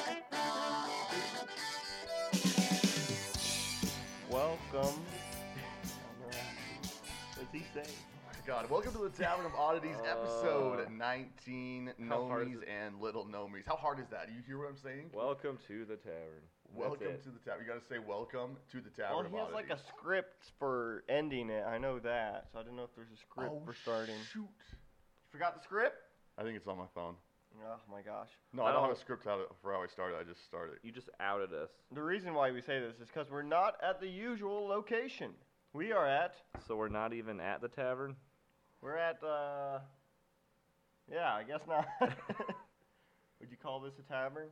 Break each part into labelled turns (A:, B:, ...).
A: say? My God, welcome to the Tavern of Oddities,
B: Uh,
A: episode 19,
C: how hard is
A: Nomies
C: it?
A: and Little Nomies. How hard is that? You hear what I'm saying?
C: Welcome to the tavern. That's
A: welcome
C: it.
A: to the Tavern. You gotta say welcome to the Tavern
B: Well,
A: of
B: he has like a
A: Oddities.
B: script for ending it. I know that, so I didn't know if there's a script
A: oh,
B: for starting.
A: shoot.
B: You forgot the script?
A: I think it's on my phone.
B: Oh my gosh.
A: No, I don't
C: Oh.
A: have a script out of- for how I started. I just started.
C: You just outed us.
B: The reason why we say this is because we're not at the usual location. We are at
C: So we're not even at the tavern?
B: we're at uh yeah, I guess not. Would you call this a tavern?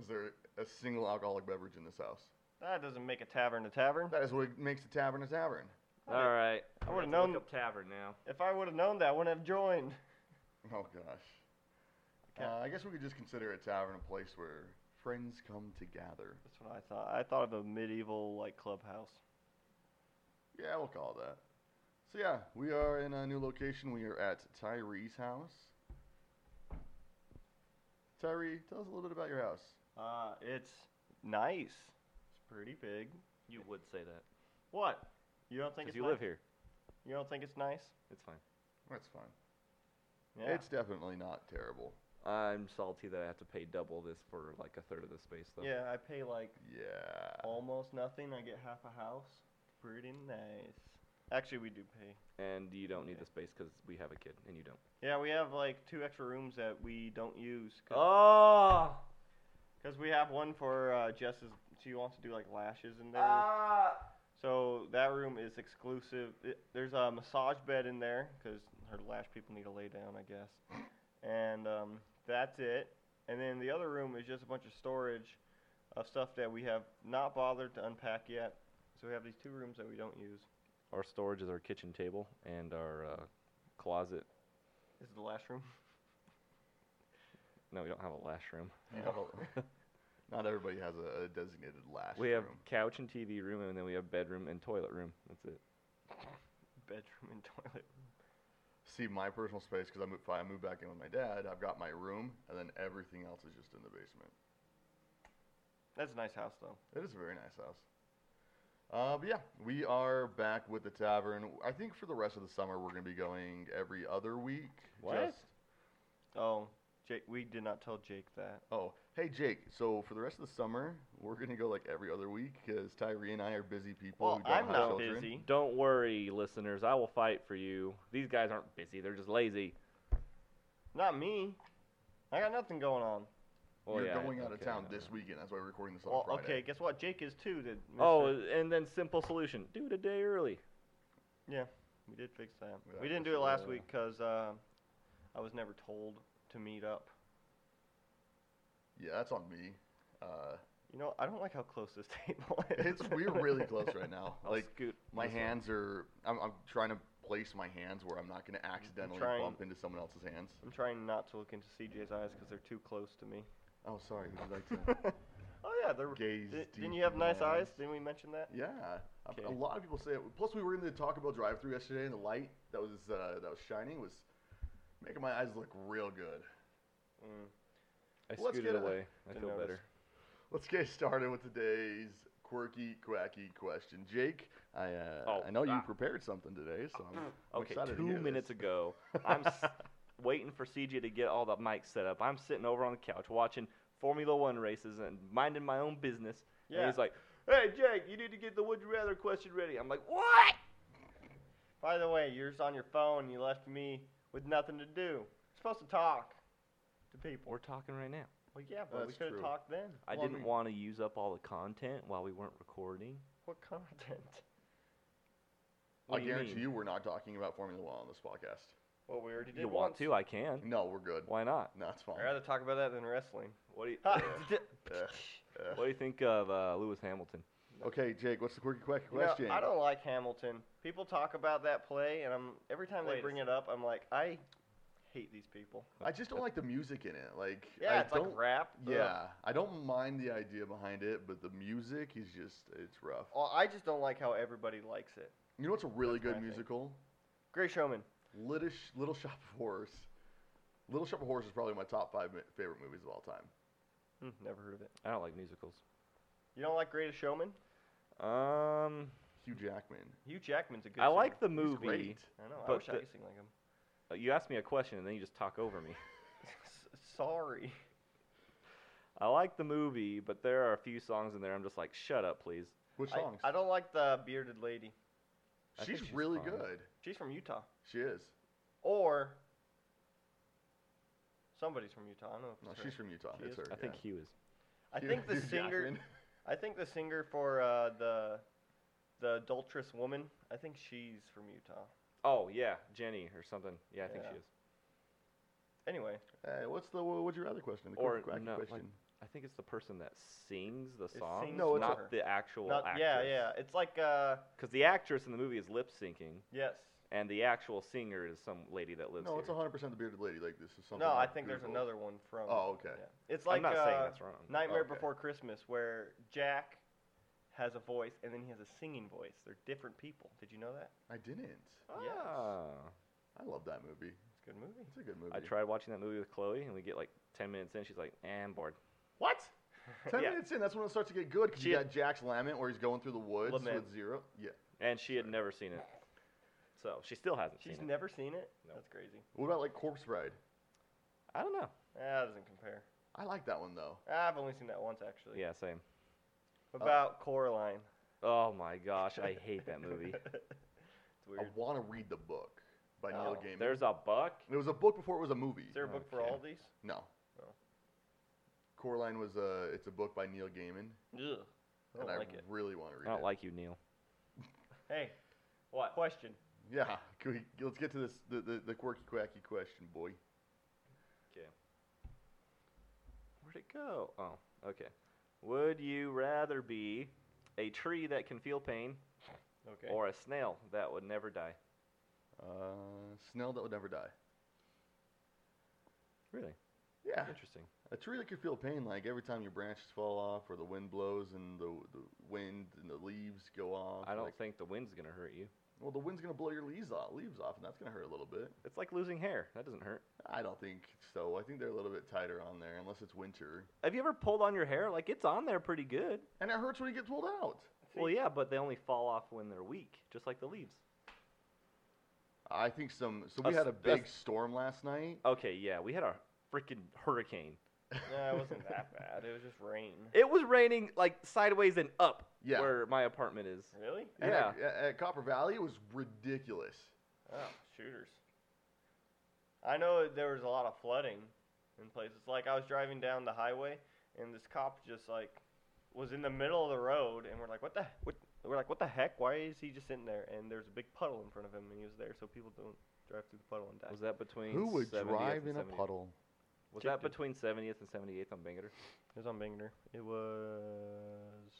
A: Is there a single alcoholic beverage in this house?
B: That doesn't make a tavern a tavern.
A: That is what makes the tavern a tavern.
C: All right.
B: I
C: We
B: would've
C: have to
B: known-
C: look up tavern now.
B: If I would have known that, I wouldn't have joined.
A: Oh gosh.
B: Okay.
A: Uh, I guess we could just consider a tavern a place where friends come to gather.
B: That's what I thought. I thought of a medieval like clubhouse.
A: Yeah, we'll call it that. So yeah, we are in a new location. We are at Tyree's house. Tyree, tell us a little bit about your house.
C: Ah.
B: Uh it's nice. It's pretty big.
C: You would say that.
B: What? You don't think it's
C: Because you
B: nice?
C: live here.
B: You don't think it's nice?
C: It's fine.
A: That's fine.
B: Yeah.
A: It's definitely not terrible.
C: I'm salty that I have to pay double this for like a third of the space, though.
B: yeah, I pay like
A: Yeah.
B: almost nothing. I get half a house. Pretty nice. Actually, we do pay.
C: And you don't need
B: Okay.
C: the space because we have a kid and you don't.
B: Yeah, we have like two extra rooms that we don't use. Cause,
C: Oh!
B: 'cause we have one for uh, Jess's. She wants to do like lashes in there.
C: Ah!
B: so that room is exclusive. It, there's a massage bed in there because her lash people need to lay down, I guess. And um, that's it. And then the other room is just a bunch of storage of stuff that we have not bothered to unpack yet. So we have these two rooms that we don't use.
C: Our storage is our kitchen table and our uh, closet.
B: This is the last room.
C: No, we don't have a lash room.
A: You know, not everybody has a, a designated lash
C: We have
A: room.
C: couch and TV room, and then we have bedroom and toilet room. That's it.
B: bedroom and toilet.
A: See my personal space because I moved. I moved back in with my dad. I've got my room, and then everything else is just in the basement.
B: That's a nice house though.
A: It is a very nice house. Uh, but yeah, we are back with the tavern. I think for the rest of the summer, we're going to be going every other week.
C: What?
B: Oh, Jake, we did not tell Jake that.
A: oh, hey, Jake. So for the rest of the summer, we're going to go like every other week because Tyree and I are busy people.
B: Well,
A: who don't
B: I'm
A: have
B: not
A: children.
B: busy.
C: Don't worry, listeners. I will fight for you. These guys aren't busy. They're just lazy.
B: Not me. I got nothing going on.
C: Oh,
A: You're
C: yeah,
A: going out of
C: okay,
A: town
C: no,
A: this
C: no.
A: weekend. That's why we're recording this on
B: Well,
A: Friday.
B: okay, guess what? Jake is too. That
C: Oh, and then simple solution: do it a day early.
B: yeah, we did fix that.
A: Yeah,
B: we didn't
A: for
B: do it last
C: sure.
B: week because uh, I was never told to meet up.
A: Yeah, that's on me. Uh,
B: You know, I don't like how close this table is.
A: it's we're really close right now.
C: I'll
A: like
C: scoot
A: my
C: this way.
A: hands are. I'm, I'm trying to place my hands where I'm not going to accidentally
B: trying-
A: bump into someone else's hands.
B: I'm trying not to look into CJ's eyes because they're too close to me.
A: Oh, sorry. Would you like to?
B: Oh yeah, they're.
A: Gaze
B: Di-
A: deep
B: didn't you have
A: in my
B: nice eyes?
A: eyes.
B: Didn't we mention that?
A: Yeah, a-
B: Okay.
A: a lot of people say it. Plus, we were in the Taco Bell drive-through yesterday, and the light that was uh, that was shining was making my eyes look real good.
B: Mm.
C: I
A: Let's
C: scooted
A: get a-
C: away. I
B: Didn't
C: feel
B: notice.
C: better.
A: Let's get started with today's quirky, quacky question. Jake, I uh,
C: Oh,
A: I know you
C: ah.
A: prepared something today, so I'm, I'm
C: Okay,
A: excited to hear
C: two
A: this.
C: minutes ago, I'm s- waiting for CJ to get all the mics set up. I'm sitting over on the couch watching Formula One races and minding my own business. And
B: Yeah.
C: he's like, "Hey, Jake, you need to get the would you rather question ready." I'm like, "What?"
B: By the way, you're just on your phone. You left me with nothing to do. You're supposed to talk to people.
C: We're talking right now.
B: Well, yeah, but we
A: That's
B: should
A: true.
B: have talked then.
C: I
A: Well, I
C: didn't
A: mean-
C: want to use up all the content while we weren't recording.
B: What content?
C: What
A: I
C: do you
A: guarantee
C: mean?
A: you, we're not talking about Formula One on this podcast.
B: Well, we already
C: If
B: did.
C: you want
B: once.
C: to, I can.
A: No, we're good.
C: Why not?
A: No, it's
B: I'd
A: fine. Eh,
B: rather talk about that than wrestling.
C: What do you
B: Yeah.
A: Yeah, yeah.
C: What do you think of uh, Lewis Hamilton?
A: Okay, Jake, what's the quirky, quacky
B: You know,
A: question?
B: I don't like Hamilton. People talk about that play, and I'm every time
C: Wait
B: they
C: a
B: bring it up, I'm like, I hate these people.
A: I just don't like the music in it. Like,
B: Yeah,
A: I
B: it's
A: don't
B: like rap. Ugh.
A: Yeah, I don't mind the idea behind it, but the music is just, it's rough.
B: Well, I just don't like how everybody likes it.
A: You know what's a really
B: That's
A: good
B: my thing.
A: musical?
B: Great Showman.
A: Little, Little Shop of Horrors. Little Shop of Horrors is probably my top five mi- favorite movies of all time.
B: Hmm, never heard of it.
C: I don't like musicals.
B: You don't like Greatest Showman?
C: Um,
A: Hugh Jackman.
B: Hugh Jackman's a good.
C: I like
B: singer.
C: the
A: He's
C: movie.
A: great.
B: I know. I
C: but
B: wish I
C: the-
B: could sing like him.
C: Uh, You asked me a question and then you just talk over me.
B: S- Sorry.
C: I like the movie, but there are a few songs in there I'm just like, shut up, please.
A: Which
B: I-
A: songs?
B: I, don't like the bearded lady.
C: I think
A: she's,
C: she's
A: really
C: fine.
A: good.
B: She's from Utah.
A: She is.
B: Or somebody's from Utah. I don't know if
A: No,
B: it's her.
A: she's from Utah.
B: She
A: it's
B: is?
A: her.
C: I think
A: yeah.
C: he was.
B: I
A: Hugh-
B: think the
A: Hugh
B: singer.
A: Jackman.
B: I think the singer for uh, the the adulterous woman. I think she's from Utah.
C: Oh yeah, Jenny or something. Yeah, I think
B: Yeah.
C: she is.
B: Anyway,
A: Hey, what's the wha- would you rather question? The
C: Or,
A: or, question.
C: no, like, I think it's the person that sings the song,
B: sings
A: No, it's
C: not
B: her.
C: the actual
B: not,
C: actress.
B: yeah, yeah. It's like uh,
C: Because the actress in the movie is lip syncing,
B: yes.
C: and the actual singer is some lady that lives
A: no,
C: here.
A: it's 100 percent the bearded lady. Like this is something.
B: No, I
A: I've
B: think there's
A: Googled.
B: another one from.
A: Oh, okay.
B: yeah. It's like
C: I'm not saying
B: uh,
C: that's wrong.
B: Nightmare
A: Okay.
B: Before Christmas, where Jack has a voice and then he has a singing voice. They're different people. Did you know that?
A: I didn't.
B: yes.
C: Ah.
A: I love that movie.
B: It's a good movie.
A: It's a good movie.
C: I tried watching that movie with Chloe, and we get like 10 minutes in. She's like, eh, I'm bored.
A: What? Ten
C: Yeah.
A: minutes in, that's when it starts to get good because you
C: She-
A: got Jack's lament where he's going through the woods
B: Lament.
A: with zero. Yeah.
C: And she had never seen it. So she still hasn't
B: She's
C: seen it.
B: never seen it.
C: No.
B: That's crazy.
A: What about like Corpse Bride?
C: I don't know.
B: Ah, that doesn't compare.
A: I like that one though.
B: Ah, I've only seen that once actually.
C: Yeah, same.
B: What About Coraline.
C: Oh my gosh, I hate that movie.
B: it's weird.
A: I want to read the book by Neil
B: Oh,
A: Gaiman.
C: There's a buck.
A: it was a book before it was a movie.
B: Is there a book for
C: Okay.
B: all of these?
A: No.
B: No.
A: Coraline was a. It's a book by Neil Gaiman,
B: Ugh. I
A: and
B: don't
A: I
B: Oh, like it.
A: really want to read
C: I don't
A: it.
C: like you, Neil.
B: Hey, what question?
A: Yeah, can we- let's get to this the, the, the quirky quacky question, boy.
C: Where'd it go? Oh, okay. Would you rather be a tree that can feel pain
B: Okay.
C: or a snail that would never die?
A: Uh, Snell that would never die.
C: Really?
A: Yeah,
C: Interesting.
A: a tree that could feel pain, like every time your branches fall off, or the wind blows and the the wind and the leaves go off.
C: I don't
A: like-
C: think the wind's going to hurt you.
A: well, the wind's gonna blow your leaves off, leaves off, and that's gonna hurt a little bit.
C: It's like losing hair. That doesn't hurt.
A: I don't think so. I think they're a little bit tighter on there, unless it's winter,
C: Have you ever pulled on your hair? Like, it's on there pretty good.
A: and it hurts when you get pulled out.
C: Well, yeah, but they only fall off when they're weak, just like the leaves.
A: I think some. So
C: A
A: we had a
C: s- a s-
A: big storm last night.
C: Okay, yeah, we had a freaking hurricane.
B: No, it wasn't that bad. It was just rain.
C: It was raining like sideways and up
A: Yeah.
C: where my apartment is.
B: Really?
A: And at, at- at Copper Valley, it was ridiculous.
B: Oh, shooters. I know there was a lot of flooding in places. Like I was driving down the highway, and this cop just like was in the middle of the road, and we're like, "What the? What?" We're like, "What the heck? Why is he just sitting there?" And there's a big puddle in front of him, and he was there, so people don't drive through the puddle and die.
C: Was that between
A: Who would
C: 70th
A: drive in
C: and
A: a
C: 70th?
A: puddle?
C: Was
B: Chick
C: that
B: did.
C: between 70th and 78th on Bangor?
B: It was on Bingner. It was.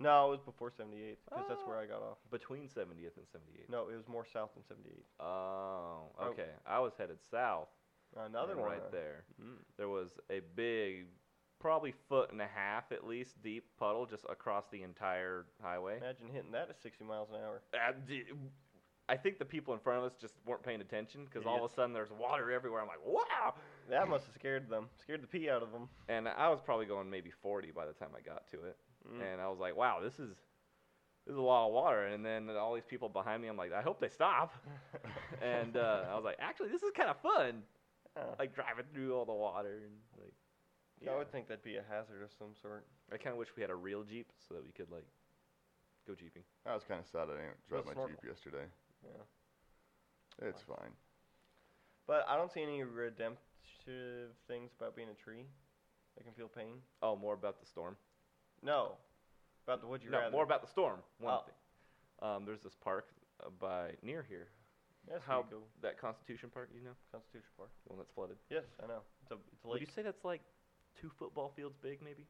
B: No, it was before 78th because that's where I got off.
C: Between 70th and 78th.
B: No, it was more south than 78th.
C: Oh, okay. I was headed south.
B: Another
C: and
B: one
C: right
B: uh,
C: there.
B: Mm.
C: There was a big, probably foot and a half at least deep puddle just across the entire highway.
B: Imagine hitting that at 60 miles an hour.
C: I d- I think the people in front of us just weren't paying attention because all of a sudden there's water everywhere. I'm like, wow!
B: That must have scared them. Scared the pee out of them.
C: And I was probably going maybe 40 by the time I got to it,
B: Mm.
C: and I was like, wow, this is this is a lot of water. And then all these people behind me, I'm like, I hope they stop. and uh, I was like, actually, this is kind of fun,
B: Yeah.
C: like driving through all the water and like.
B: I would think that'd be a hazard of some sort.
C: I kind of wish we had a real jeep so that we could like go jeeping.
A: I was kind of sad I didn't drive
B: Let's
A: my
B: snorkel.
A: Jeep yesterday.
B: Yeah.
A: It's fine.
B: But I don't see any redemptive things about being a tree that can feel pain.
C: Oh, more about the storm.
B: No. About the would you
C: no,
B: rather.
C: more about the storm. One
B: Oh.
C: thing. Um, there's this park uh, by near here.
B: yes, we
C: How
B: go
C: that Constitution Park, you know,
B: Constitution Park.
C: the one that's flooded.
B: Yes, I know. It's a, it's a
C: Would you
B: lake.
C: say that's like two football fields big, maybe?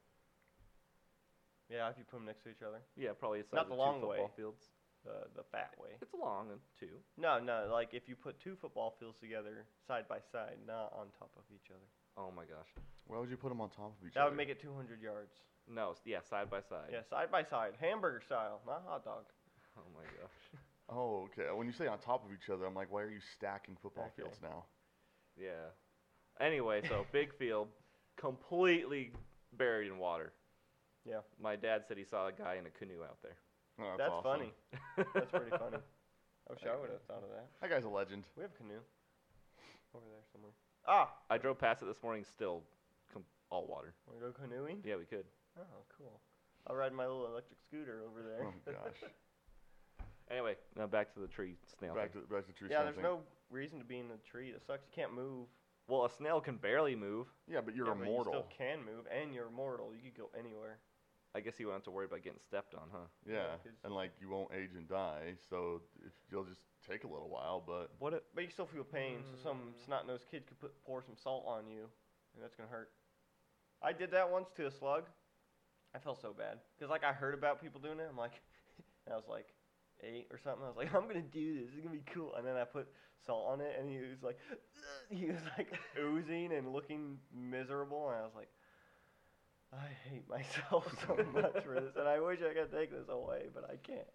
B: Yeah, if you put them next to each other.
C: Yeah, probably it's
B: Not the long
C: two football
B: way.
C: fields.
B: The, the fat way.
C: It's long and two.
B: No, no. Like if you put two football fields together side by side, not on top of each other.
C: Oh my gosh.
A: Why would you put them on top of each
B: That
A: other?
B: would make it 200 yards.
C: No, s- yeah, side by side.
B: Yeah, side by side. Hamburger style, not hot dog.
C: Oh my gosh.
A: Oh, okay. When you say on top of each other, I'm like, why are you stacking football
B: Okay.
A: fields now?
C: Yeah. Anyway, so big field, completely buried in water.
B: Yeah.
C: My dad said he saw a guy in a canoe out there.
A: Oh, that's
B: That's
A: awesome.
B: funny. That's pretty funny. I wish I would have thought of that.
A: That guy's a legend.
B: We have a canoe over there somewhere. Ah,
C: I drove past it this morning, still com- all water.
B: want to go canoeing?
C: Yeah, we could.
B: Oh, cool. I'll ride my little electric scooter over there.
A: Oh gosh.
C: Anyway, now back to the tree snail.
A: back
C: thing.
A: to back to true.
B: yeah, there's no reason to be in the tree. It sucks. You can't move.
C: well, a snail can barely move.
A: Yeah, but you're
B: Yeah, but
A: immortal.
B: You still can move, and you're mortal. You could go anywhere.
C: I guess you won't have to worry about getting stepped on, huh?
A: yeah,
B: Yeah, 'cause-
A: and like you won't age and die, so if, you'll just take a little while. But
C: What? If,
B: But you still feel pain, so some
C: Mm.
B: snot-nosed kid could put, pour some salt on you, and that's gonna hurt. I did that once to a slug. I felt so bad because like I heard about people doing it. I'm like, I was like eight or something. I was like, I'm gonna do this. It's gonna be cool. And then I put salt on it, and he was like, he was like oozing and looking miserable. And I was like, I hate myself so much for this, and I wish I could take this away, but I can't.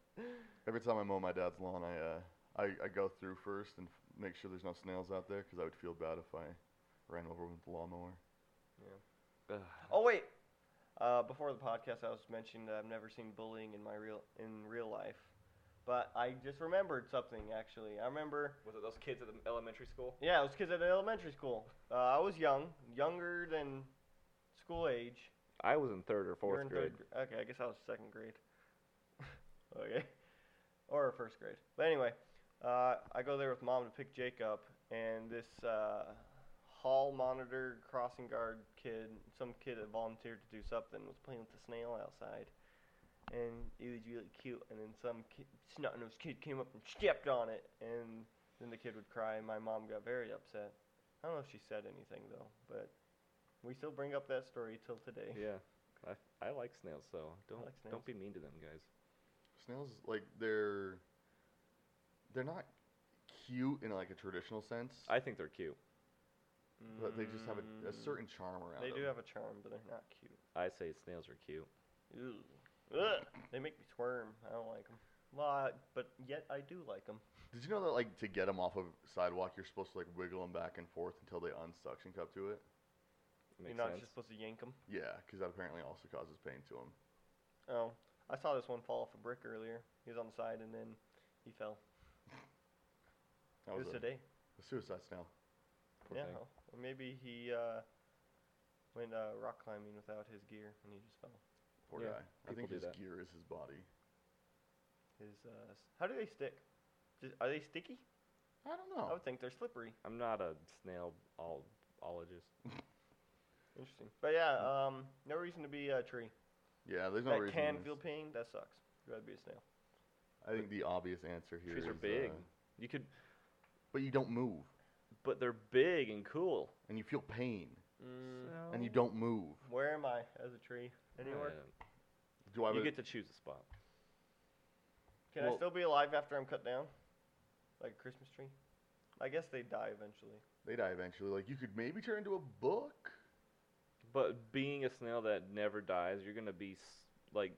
A: every time I mow my dad's lawn, I uh, I, I go through first and f- make sure there's no snails out there because I would feel bad if I ran over with the lawnmower.
C: ugh.
B: Oh wait. Uh, before the podcast, I was mentioning that I've never seen bullying in my real in real life, but I just remembered something actually. I remember,
C: was it those kids at the elementary school?
B: yeah, it was kids at an elementary school. Uh, I was young, younger than school age.
C: I was in third or
B: You were
C: fourth
B: in
C: grade.
B: third gr- okay, I guess I was second grade. okay, or first grade. But anyway, uh, I go there with mom to pick Jake up, and this uh, hall monitor crossing guard kid, some kid that volunteered to do something, was playing with the snail outside, and it was really cute. And then some ki- snot-nosed kid came up and stepped on it, and then the kid would cry, and my mom got very upset. I don't know if she said anything though, but we still bring up that story till today.
C: Yeah, I, I like snails, so don't
B: like snails.
C: don't be mean to them, guys.
A: Snails like they're they're not cute in like a traditional sense,
C: I think they're cute.
A: but they just have a, a
B: Mm.
A: certain charm around
B: They
A: them.
B: do have a charm, but they're not cute.
C: I say snails are cute.
B: Ew. Ugh. They make me squirm. I don't like them. Well, I, but yet I do like them.
A: Did you know that like to get them off of sidewalk, you're supposed to like wiggle them back and forth until they unsuction cup to it?
C: Makes
B: You're not
C: sense.
B: just supposed to yank them.
A: Yeah, because that apparently also causes pain to them.
B: Oh, I saw this one fall off a brick earlier. He was on the side and then he fell.
A: That
B: It
A: was
B: was
A: a,
B: today.
A: a suicide snail.
C: Poor
B: Yeah. oh.
C: thing.
B: Or maybe he uh, went uh, rock climbing without his gear and he just fell.
A: Poor
C: Yeah,
A: guy. I
C: people
A: think
C: do
A: his
C: that.
A: gear is his body.
B: His uh, s- how do they stick? Just, are they sticky?
A: I don't
B: I
A: know.
B: would think they're slippery.
C: I'm not a snail ol- ologist.
B: Interesting. But yeah, um, no reason to be a tree.
A: Yeah, there's no
B: that
A: reason.
B: can
A: this-
B: feel pain. That sucks. You'd rather be a snail.
A: I think the obvious answer here
C: Trees are
A: is,
C: big.
A: uh,
C: You could,
A: but you don't move,
C: but they're big and cool.
A: and you feel pain,
C: Mm.
A: and you
C: So-
A: don't move.
B: Where am I as a tree? Anywhere?
C: Yeah.
A: Do I?
C: You
A: would-
C: get to choose a spot.
B: Can I
A: Well-
B: still be alive after I'm cut down? Like a Christmas tree? I guess they die eventually.
A: they die eventually. Like you could maybe turn into a book.
C: But being a snail that never dies, you're gonna be s- like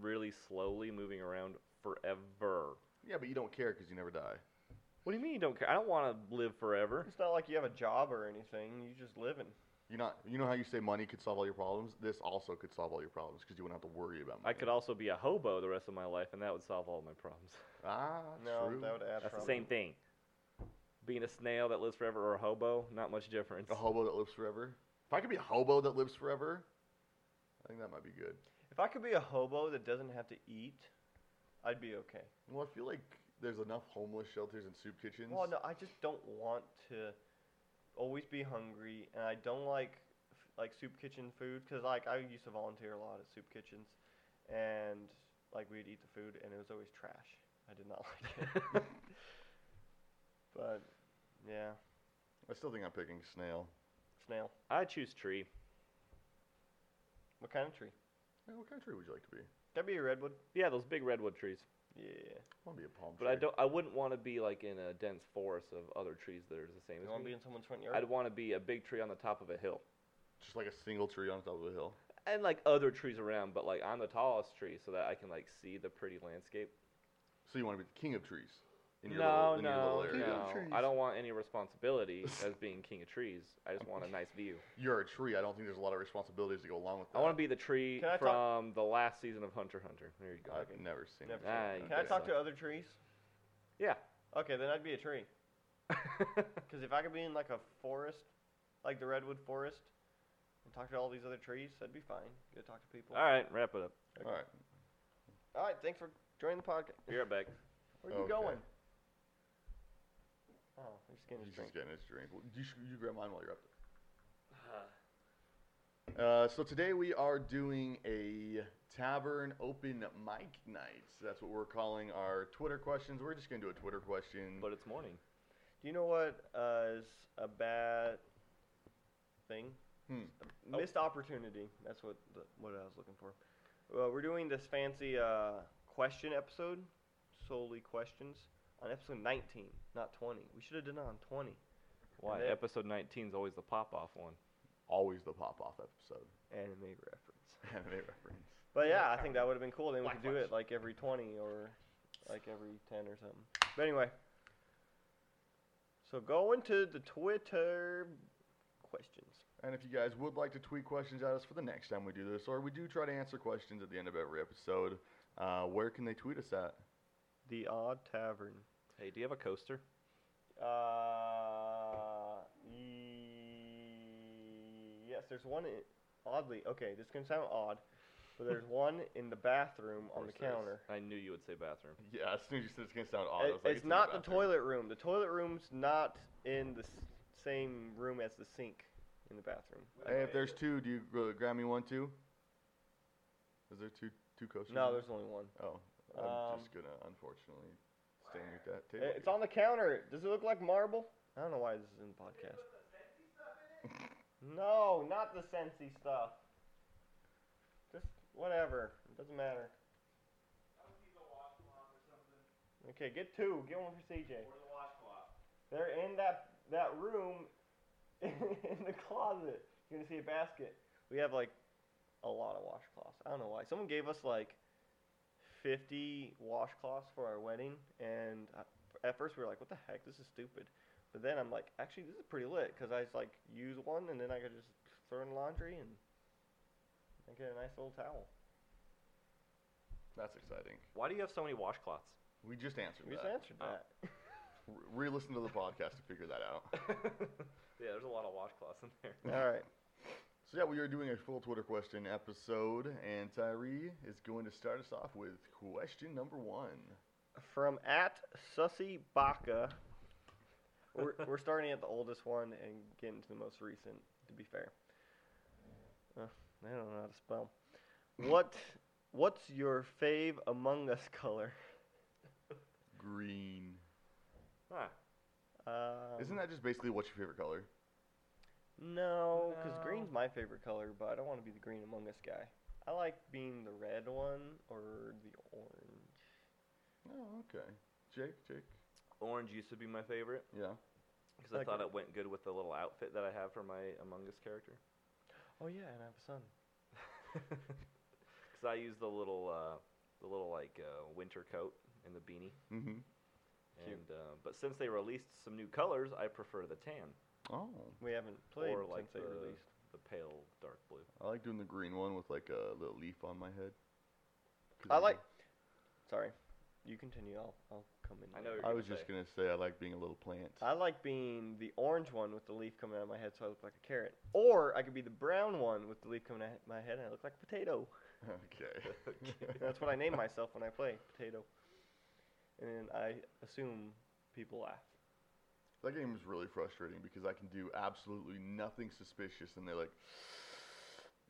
C: really slowly moving around forever.
A: Yeah, but you don't care because you never die.
C: What do you mean you don't care? I don't want to live forever.
B: It's not like you have a job or anything. You just living.
A: You're not. You know how you say money could solve all your problems. This also could solve all your problems because you wouldn't have to worry about
C: I
A: money.
C: could also be a hobo the rest of my life, and that would solve all my problems.
A: Ah,
B: no,
A: true.
B: that would add.
C: That's the
B: problems.
C: same thing. Being a snail that lives forever or a hobo, not much difference.
A: A hobo that lives forever. If I could be a hobo that lives forever, I think that might be good.
B: If I could be a hobo that doesn't have to eat, I'd be okay.
A: Well, I feel like there's enough homeless shelters and soup kitchens.
B: Well, no, I just don't want to always be hungry, and I don't like f- like soup kitchen food because like I used to volunteer a lot at soup kitchens, and like we'd eat the food, and it was always trash. I did not like it. But yeah,
A: I still think I'm picking snail.
B: snail.
C: I choose tree.
B: What kind of tree?
A: Man, what kind of tree would you like to be? I
B: That'd be a redwood.
C: Yeah, those big redwood trees.
B: Yeah.
A: want to be a palm tree.
C: But I don't. I wouldn't want to be like in a dense forest of other trees that are the same
B: You
C: as
B: want to
C: me.
B: be in someone's front yard?
C: I'd want to be a big tree on the top of a hill,
A: Just like a single tree on top of a hill.
C: and like other trees around, but like I'm the tallest tree, so that I can like see the pretty landscape.
A: So you want to be the king of trees? In your
C: no,
A: little, in your
C: no,
A: little area.
B: King of
C: no.
B: trees.
C: I don't want any responsibility as being king of trees. I just want a nice view.
A: You're a tree. I don't think there's a lot of responsibilities to go along with that.
C: I want to be the tree
B: Can I talk-
C: from the last season of Hunter x Hunter. There you go.
A: I've never seen
B: Never
A: it.
C: seen it.
A: Okay.
B: Can I
C: Yeah.
B: talk to other trees?
C: Yeah.
B: Okay, then I'd be a tree. Because if I could be in like a forest, like the redwood forest, and talk to all these other trees, that'd be fine. Go talk to people.
C: All right, wrap it up.
A: All right.
B: All right. Thanks for joining the podcast.
C: Be right back.
B: Where are you
A: Okay.
B: going? Oh, you're just getting
A: He's
B: his drink.
A: just getting his drink. Well, You, sh- you grab mine while you're up there. Uh, so today we are doing a tavern open mic night. So that's what we're calling our Twitter questions. We're just gonna do a Twitter question.
C: But it's morning.
B: Do you know what uh, is a bad thing?
A: Hmm.
B: A missed opportunity. That's what the, what I was looking for. Well, we're doing this fancy uh, question episode, solely questions, on episode 19, not 20. We should have done it on 20.
C: Why?
B: And then-
C: Episode 19 is always the pop off one.
A: Always the pop off episode.
B: Anime reference.
A: Anime reference.
B: But
C: Yeah,
B: yeah, I think that would have been cool. Then we could do
C: Likewise.
B: it like every 20 or like every 10 or something. But anyway. So going to the Twitter questions.
A: And if you guys would like to tweet questions at us for the next time we do this, or we do try to answer questions at the end of every episode, uh, where can they tweet us at?
B: The Odd Tavern.
C: Hey, do you have a coaster?
B: Uh, ye- yes, there's one. i- Oddly, okay, this can sound odd, but there's one in the bathroom on the
C: Of course there is.
B: counter.
C: I knew you would say bathroom.
A: Yeah, as soon as you said it's gonna sound odd, I
B: It-
A: was like,
B: it's,
A: in
B: not the,
A: bathroom.
B: toilet room. The toilet room's not in the s- same room as the sink in the bathroom.
A: Hey, if there's two, do you gr- grab me one too? Is there two two coasters?
B: No,
A: in
B: there's only one.
A: Oh, I'm just gonna unfortunately stand at that table.
B: Eh, It's on the counter. Does it look like marble? I don't know why this is in the podcast. No, not the Sensi stuff. Just whatever. It doesn't matter. Okay, get two. Get one for CJ. They're in that that room in the closet. You're gonna see a basket. We have like a lot of washcloths. I don't know why. Someone gave us like 50 washcloths for our wedding, and I, at first we were like, "What the heck? This is stupid." But then I'm like, "Actually, this is pretty lit because I just like use one, and then I could just throw in laundry and I get a nice little towel."
A: That's exciting.
C: Why do you have so many washcloths?
A: We just answered
B: We just
A: that.
B: answered
C: Oh.
B: that.
A: Re- Re-listen to the podcast to figure that out.
C: yeah, there's a lot of washcloths in there.
B: All right.
A: So yeah, we are doing a full Twitter question episode, and Tyree is going to start us off with question number one.
B: from at Sussy Baca. We're, we're starting at the oldest one and getting to the most recent, to be fair. Uh, I don't know how to spell. What What's your fave Among Us color?
A: Green.
C: Huh.
B: Um,
A: Isn't that just basically what's your favorite color?
B: No, because
C: No.
B: green's my favorite color, but I don't want to be the green Among Us guy. I like being the red one or the orange.
A: Oh, okay. Jake, Jake.
C: Orange used to be my favorite
A: Yeah.
C: because I
B: Okay.
C: thought it went good with the little outfit that I have for my Among Us character.
B: Oh, yeah, and I have a son.
C: Because I use the little, uh, the little like uh, winter coat and the beanie.
A: Mm-hmm.
B: Cute.
C: And uh, but since they released some new colors, I prefer the tan,
A: Oh,
B: We haven't played
C: Or, like,
B: since they
C: the-
B: released.
C: the pale dark blue.
A: I like doing the green one with like a little leaf on my head. 'Cause
B: I
A: I'm
B: like. Sorry, you continue. I'll I'll come in.
C: I
B: later.
C: know
A: I
C: gonna
A: was just
C: say.
A: gonna say I like being a little plant.
B: I like being the orange one with the leaf coming out of my head, so I look like a carrot. Or I could be the brown one with the leaf coming out of my head, and I look like a potato.
A: okay.
B: And that's what I name myself when I play potato. And then I assume people laugh.
A: that game is really frustrating because I can do absolutely nothing suspicious, and they're like,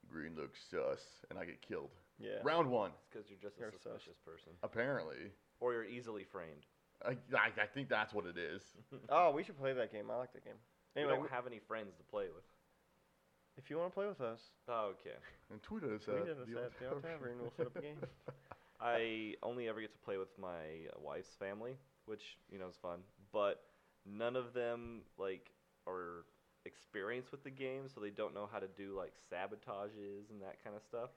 A: "Green looks sus," and I get killed.
B: Yeah.
A: Round one,
C: It's because you're just
B: You're
C: a
B: sus.
C: suspicious person,
A: apparently.
C: or you're easily framed.
A: I, I, I think that's what it is.
B: Oh, we should play that game. I like that game. Anyway,
C: you
B: we-
C: don't have any friends to play with.
B: if you want to play with us,
C: Oh, okay.
A: And tweet us
B: we
A: at
B: did us
A: the Old
B: at the Old Tavern. We'll set up a game.
C: I only ever get to play with my wife's family, which you know is fun, but none of them like are experienced with the game, so they don't know how to do like sabotages and that kind of stuff.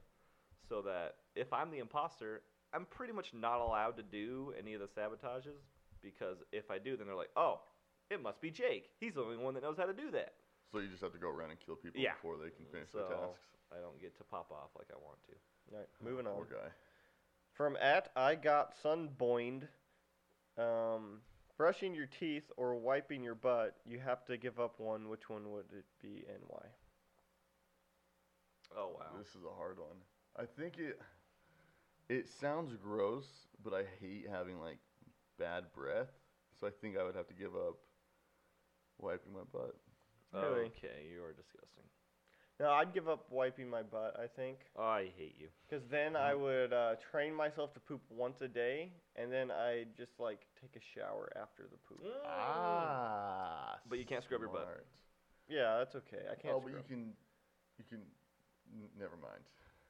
C: So that if I'm the imposter, I'm pretty much not allowed to do any of the sabotages because if I do, then they're like, oh, it must be Jake. He's the only one that knows how to do that.
A: So you just have to go around and kill people
C: Yeah.
A: before they can finish
C: So-
A: their tasks.
C: I don't get to pop off like I want to.
B: All right, moving on.
A: Poor guy.
B: From at I got sunboined, um, brushing your teeth or wiping your butt, you have to give up one. Which one would it be and why?
C: Oh wow.
A: This is a hard one. I think it it sounds gross, but I hate having like bad breath. So I think I would have to give up wiping my butt.
B: Really?
C: Okay, you are disgusting.
B: No, I'd give up wiping my butt. I think
C: Oh, I hate you.
B: because then
A: Mm.
B: I would uh, train myself to poop once a day, and then I just like take a shower after the poop.
A: Ah.
C: But you can't scrub your butt.
A: smart.
B: Yeah, that's okay. I can't.
A: Oh, but you
B: scrub.
A: can you can n- never mind.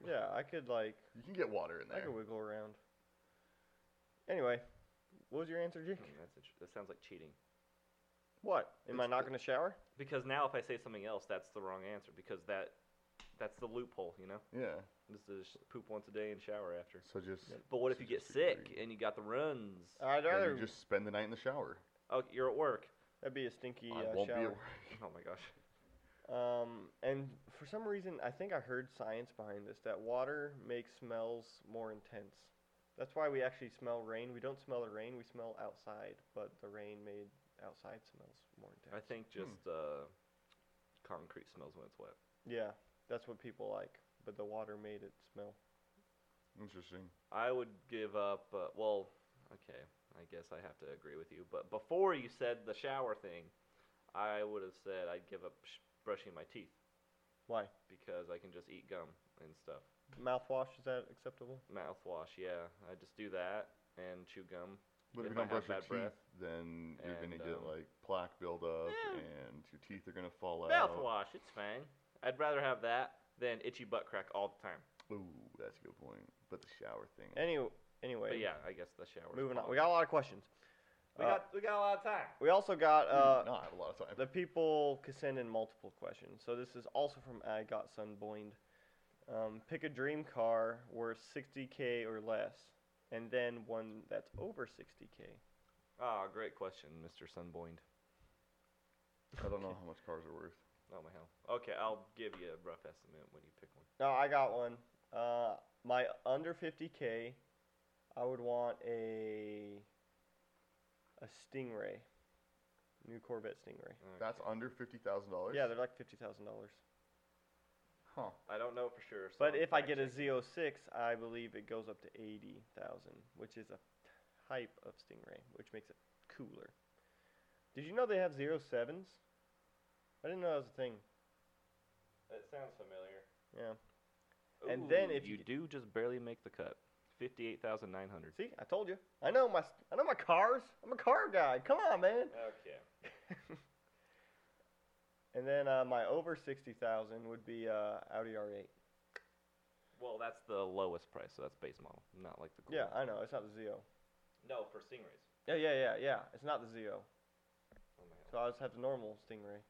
B: Yeah, I could like
A: You can get water in
B: I
A: there.
B: could wiggle around. Anyway, what was your answer, Jake?
C: Mm, That's int- that sounds like cheating.
B: What? Am I
C: It's
B: not
C: the-
B: going to shower?
C: Because now if I say something else, that's the wrong answer. Because that that's the loophole, you know.
A: Yeah.
C: This is just poop once a day and shower after.
A: So just
C: But what if
A: So
C: you get
A: just agree. Uh,
C: sick and you got the runs?
B: I'd
A: then
B: rather
A: you just spend the night in the shower.
C: Oh, you're at work.
B: that'd be a stinky
A: I
B: uh,
A: won't be
B: shower.
A: at work.
C: Oh my gosh.
B: Um, and for some reason, I think I heard science behind this that water makes smells more intense. That's why we actually smell rain. We don't smell the rain; we smell outside. But the rain made outside smells more
C: I
B: intense.
C: think
A: Hmm.
C: just uh, concrete smells when it's wet.
B: Yeah, that's what people like. But the water made it smell.
A: Interesting.
C: I would give up. Uh, well, okay, I guess I have to agree with you. But before you said the shower thing, I would have said I'd give up sh- brushing my teeth
B: Why?
C: because I can just eat gum and stuff.
B: Mouthwash is that acceptable?
C: Mouthwash, yeah, I just do that and chew gum.
A: But if
C: If
A: you
C: I
A: don't brush
C: have
A: your
C: bad
A: teeth,
C: breath.
A: then you're
C: And,
A: gonna get
C: um,
A: like plaque buildup,
C: Yeah.
A: and your teeth are gonna fall out.
C: Mouthwash, it's fine. I'd rather have that than itchy butt crack all the time.
A: Ooh, that's a good point. But the shower thing.
B: Any anyway.
C: But yeah, I guess the shower.
B: Moving on. We got a lot of questions.
C: we
B: uh,
C: got Hmm, we got a lot of time.
B: We also got uh,
A: no, I have a lot of time.
B: The people could send in multiple questions. So this is also from I Got Sunboined. Um, pick a dream car worth 60k or less, and then one that's over 60k.
C: Ah, great question, Mr. Sunboined.
A: I don't know how much cars are worth.
C: Oh my hell. Okay, I'll give you a rough estimate when you pick one.
B: No, I got one. Uh, my under 50k, I would want a a Stingray, new Corvette Stingray.
C: Okay.
A: That's under fifty thousand dollars.
B: Yeah, they're like fifty thousand dollars.
A: Huh.
C: I don't know for sure. so
B: But
C: I'm
B: if I get a
C: fact-checking.
B: Z06, I believe it goes up to 80,000, which is a type of Stingray, which makes it cooler. Did you know they have 07s? I didn't know that was a thing.
C: That sounds familiar.
B: Yeah. And then if
C: you
B: you-
C: do just barely make the cut, fifty-eight thousand nine hundred.
B: See, I told you. I know my I know my cars. I'm a car guy. Come on, man.
C: Okay.
B: And then uh, my over 60,000 would be uh, Audi R8.
C: Well, that's the lowest price, so that's base model, not like the gold.
B: Yeah, I know. It's not the Zio.
C: No, for stingrays.
B: Yeah, yeah, yeah, yeah. It's not the Zio.
C: Oh my
B: So I just have the normal Stingray,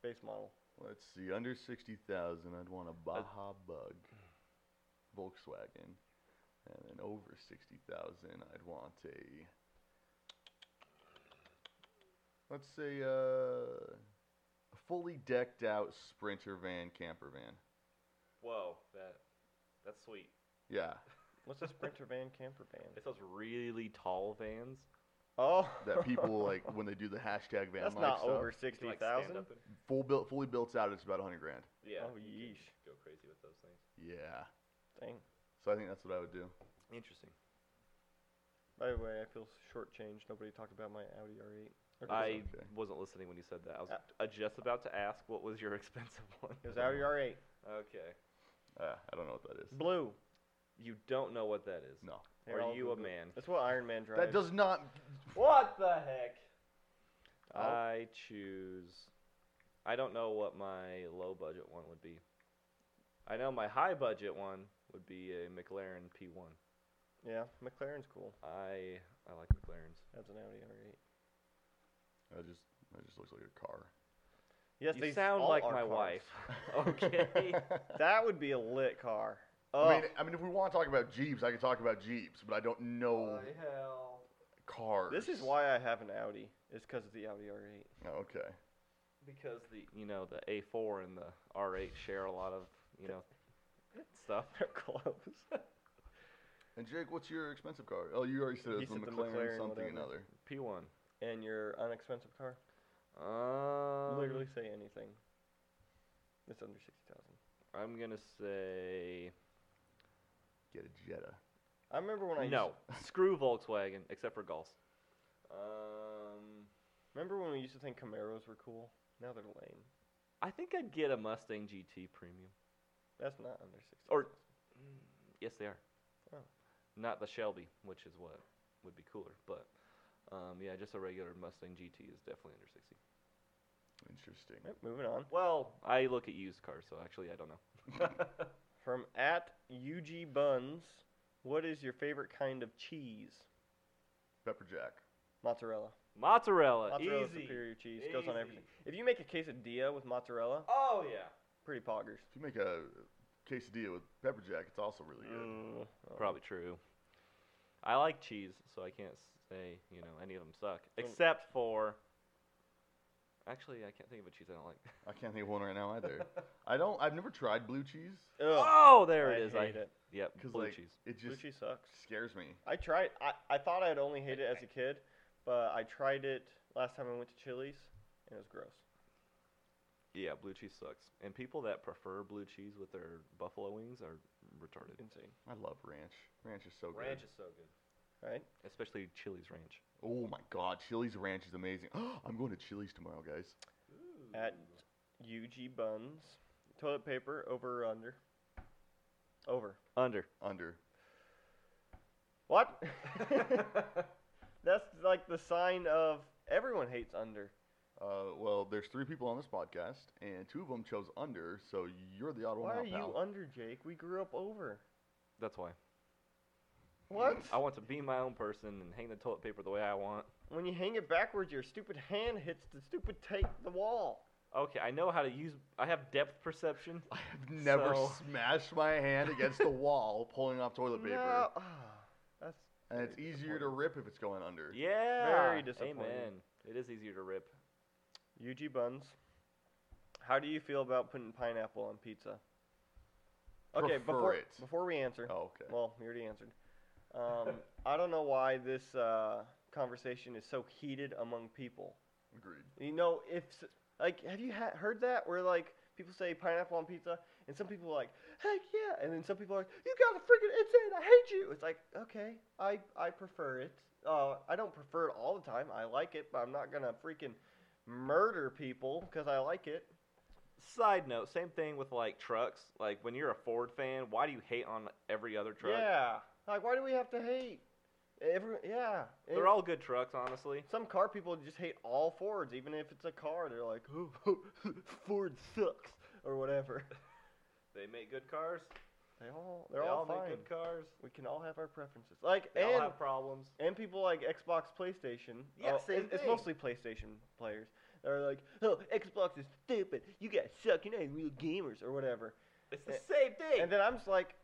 B: base model.
A: Let's see. Under sixty thousand, I'd want a Baja Bug, Volkswagen, and then over sixty thousand, I'd want a. Let's say uh, a fully decked out Sprinter van, camper van.
C: Whoa, that that's sweet.
A: Yeah,
B: What's a Sprinter van, camper van?
C: It's those really tall vans.
B: Oh.
A: that people like when they do the hashtag van
B: That's
A: life
B: not
A: stuff,
B: over
C: You can,
B: sixty
C: like, stand
B: thousand.
C: up and-
A: Full built, fully built out, it's about hundred grand.
C: Yeah.
B: Oh,
C: you can
B: yeesh.
C: Go crazy with those things.
A: Yeah.
B: Dang.
A: So I think that's what I would do.
C: Interesting.
B: By the way, I feel shortchanged. Nobody talked about my Audi R8. Or
C: I
A: okay.
C: wasn't listening when you said that. I was
B: Uh,
C: uh, just about to ask what was your expensive one.
B: it was Audi R8,
C: Okay.
A: Uh, I don't know what that is.
B: blue.
C: You don't know what that is.
A: No.
B: Here,
C: Are
B: I'll
C: you a
B: Google it.
C: man?
B: That's what Iron Man drives.
A: That does not.
C: What the heck?
B: I'll-
C: I choose. I don't know what my low budget one would be. I know my high budget one would be a McLaren P1.
B: Yeah, McLaren's cool.
C: I I like McLarens.
B: That's an Audi R8.
A: That just that just looks like a car.
B: Yes,
C: you
B: these
C: sound
B: all
C: like
B: are
C: my
B: cars.
C: wife. okay.
B: That would be a lit car. Oh,
A: I mean, I mean, if we want to talk about Jeeps, I can talk about Jeeps, but I don't know
C: hell.
A: cars.
B: Oh, This is why I have an Audi. It's because of the Audi R8.
A: Oh, okay.
C: because the you know the A4 and the R8 share a lot of you know stuff.
B: They're close.
A: And Jake, what's your expensive car? Oh, you already said
B: He
A: it's a
B: said the
A: McLaren,
B: McLaren,
A: something
B: whatever.
A: another.
C: P1.
B: and your unexpensive car?
C: Um,
B: Literally say anything. It's under sixty thousand.
C: I'm gonna say
A: Get a Jetta.
B: I remember when I used-
C: no. Screw Volkswagen, except for Golfs. Um,
B: remember when we used to think Camaros were cool. Now they're lame.
C: I think I'd get a Mustang GT Premium.
B: That's not under sixty.
C: Or- mm, Yes, they are.
B: Oh.
C: Not the Shelby, which is what would be cooler. But um, yeah, just a regular Mustang GT is definitely under 60.
A: Interesting.
B: Yep, moving on
C: Well, I look at used cars, so actually I don't know.
B: from at UG Buns. What is your favorite kind of cheese?
A: Pepper Jack.
B: Mozzarella.
C: mozzarella,
B: Mozzarella
C: Uh, easy.
B: superior cheese goes on everything.
C: Easy.
B: If you make a quesadilla with mozzarella,
C: Oh yeah.
B: pretty poggers.
A: If you make a quesadilla with pepper jack, it's also really good.
B: Mm, oh.
C: Probably true. I like cheese, so I can't say you know any of them suck,
B: Mm.
C: except for. Actually, I can't think of a cheese I don't like.
A: I can't think of one right now either. I don't. I've never tried blue cheese
B: Ugh,
C: Oh, there
B: I
C: it is.
B: Hate
C: I,
B: it.
C: Yep,
A: because
C: blue
A: like
C: cheese.
A: it
B: Blue
A: just
B: cheese sucks.
A: scares me.
B: I tried. I, I thought I'd only hate it as a kid, but I tried it last time I went to Chili's, and it was gross.
C: Yeah, blue cheese sucks. And people that prefer blue cheese with their buffalo wings are retarded.
B: Insane,
A: I love ranch. Ranch is so good.
C: Ranch is so good,
B: right?
C: especially Chili's ranch.
A: Oh my god, Chili's ranch is amazing. I'm going to Chili's tomorrow, guys.
B: At UG Buns, toilet paper over or under? Over.
C: under.
A: Under.
B: What? That's like the sign of everyone hates under.
A: Uh, well, there's three people on this podcast, and two of them chose under, so you're the odd one
B: Why are
A: out,
B: you
A: pal.
B: under, Jake? We grew up over.
C: That's why.
B: What?
C: I want to be my own person and hang the toilet paper the way I want.
B: When you hang it backwards, your stupid hand hits the stupid tape, the wall.
C: Okay, I know how to use. I have depth perception.
A: I have never
C: So-
A: smashed my hand against the wall pulling off toilet paper.
B: No. ah, That's
A: And it's
B: very
A: easier to rip if it's going under.
C: Yeah.
B: disappointing.
C: Amen. It is easier to rip.
B: UG Buns. How do you feel about putting pineapple on pizza? Okay,
A: Prefer
B: before
A: it.
B: before we answer,
A: Oh, okay.
B: well, we already answered. Um, I don't know why this uh, conversation is so heated among people.
A: Agreed.
B: You know, if s- like, have you ha- heard that where like people say pineapple on pizza, and some people are like, heck yeah, and then some people are like, you gotta freaking insane, I hate you. It's like, okay, I I prefer it. Uh, I don't prefer it all the time. I like it, but I'm not gonna freaking murder people because I like it.
C: Side note, same thing with like trucks. Like when you're a Ford fan, why do you hate on every other truck?
B: Yeah. Like, why do we have to hate? Every yeah.
C: They're
B: It-
C: all good trucks, honestly.
B: Some car people just hate all Fords, even if it's a car. They're like, Ford sucks or whatever.
C: They make good cars.
B: They all they're
C: they
B: all,
C: make
B: fine.
C: good cars.
B: We can all have our preferences. Like
C: They all
B: and
C: have problems.
B: and people like Xbox, PlayStation.
C: Yeah,
B: it-
C: same
B: it's,
C: thing.
B: mostly PlayStation players. They're like, oh, Xbox is stupid. You guys suck. You're not even real gamers or whatever.
C: It's the
B: a-
C: same thing.
B: And then I'm just like,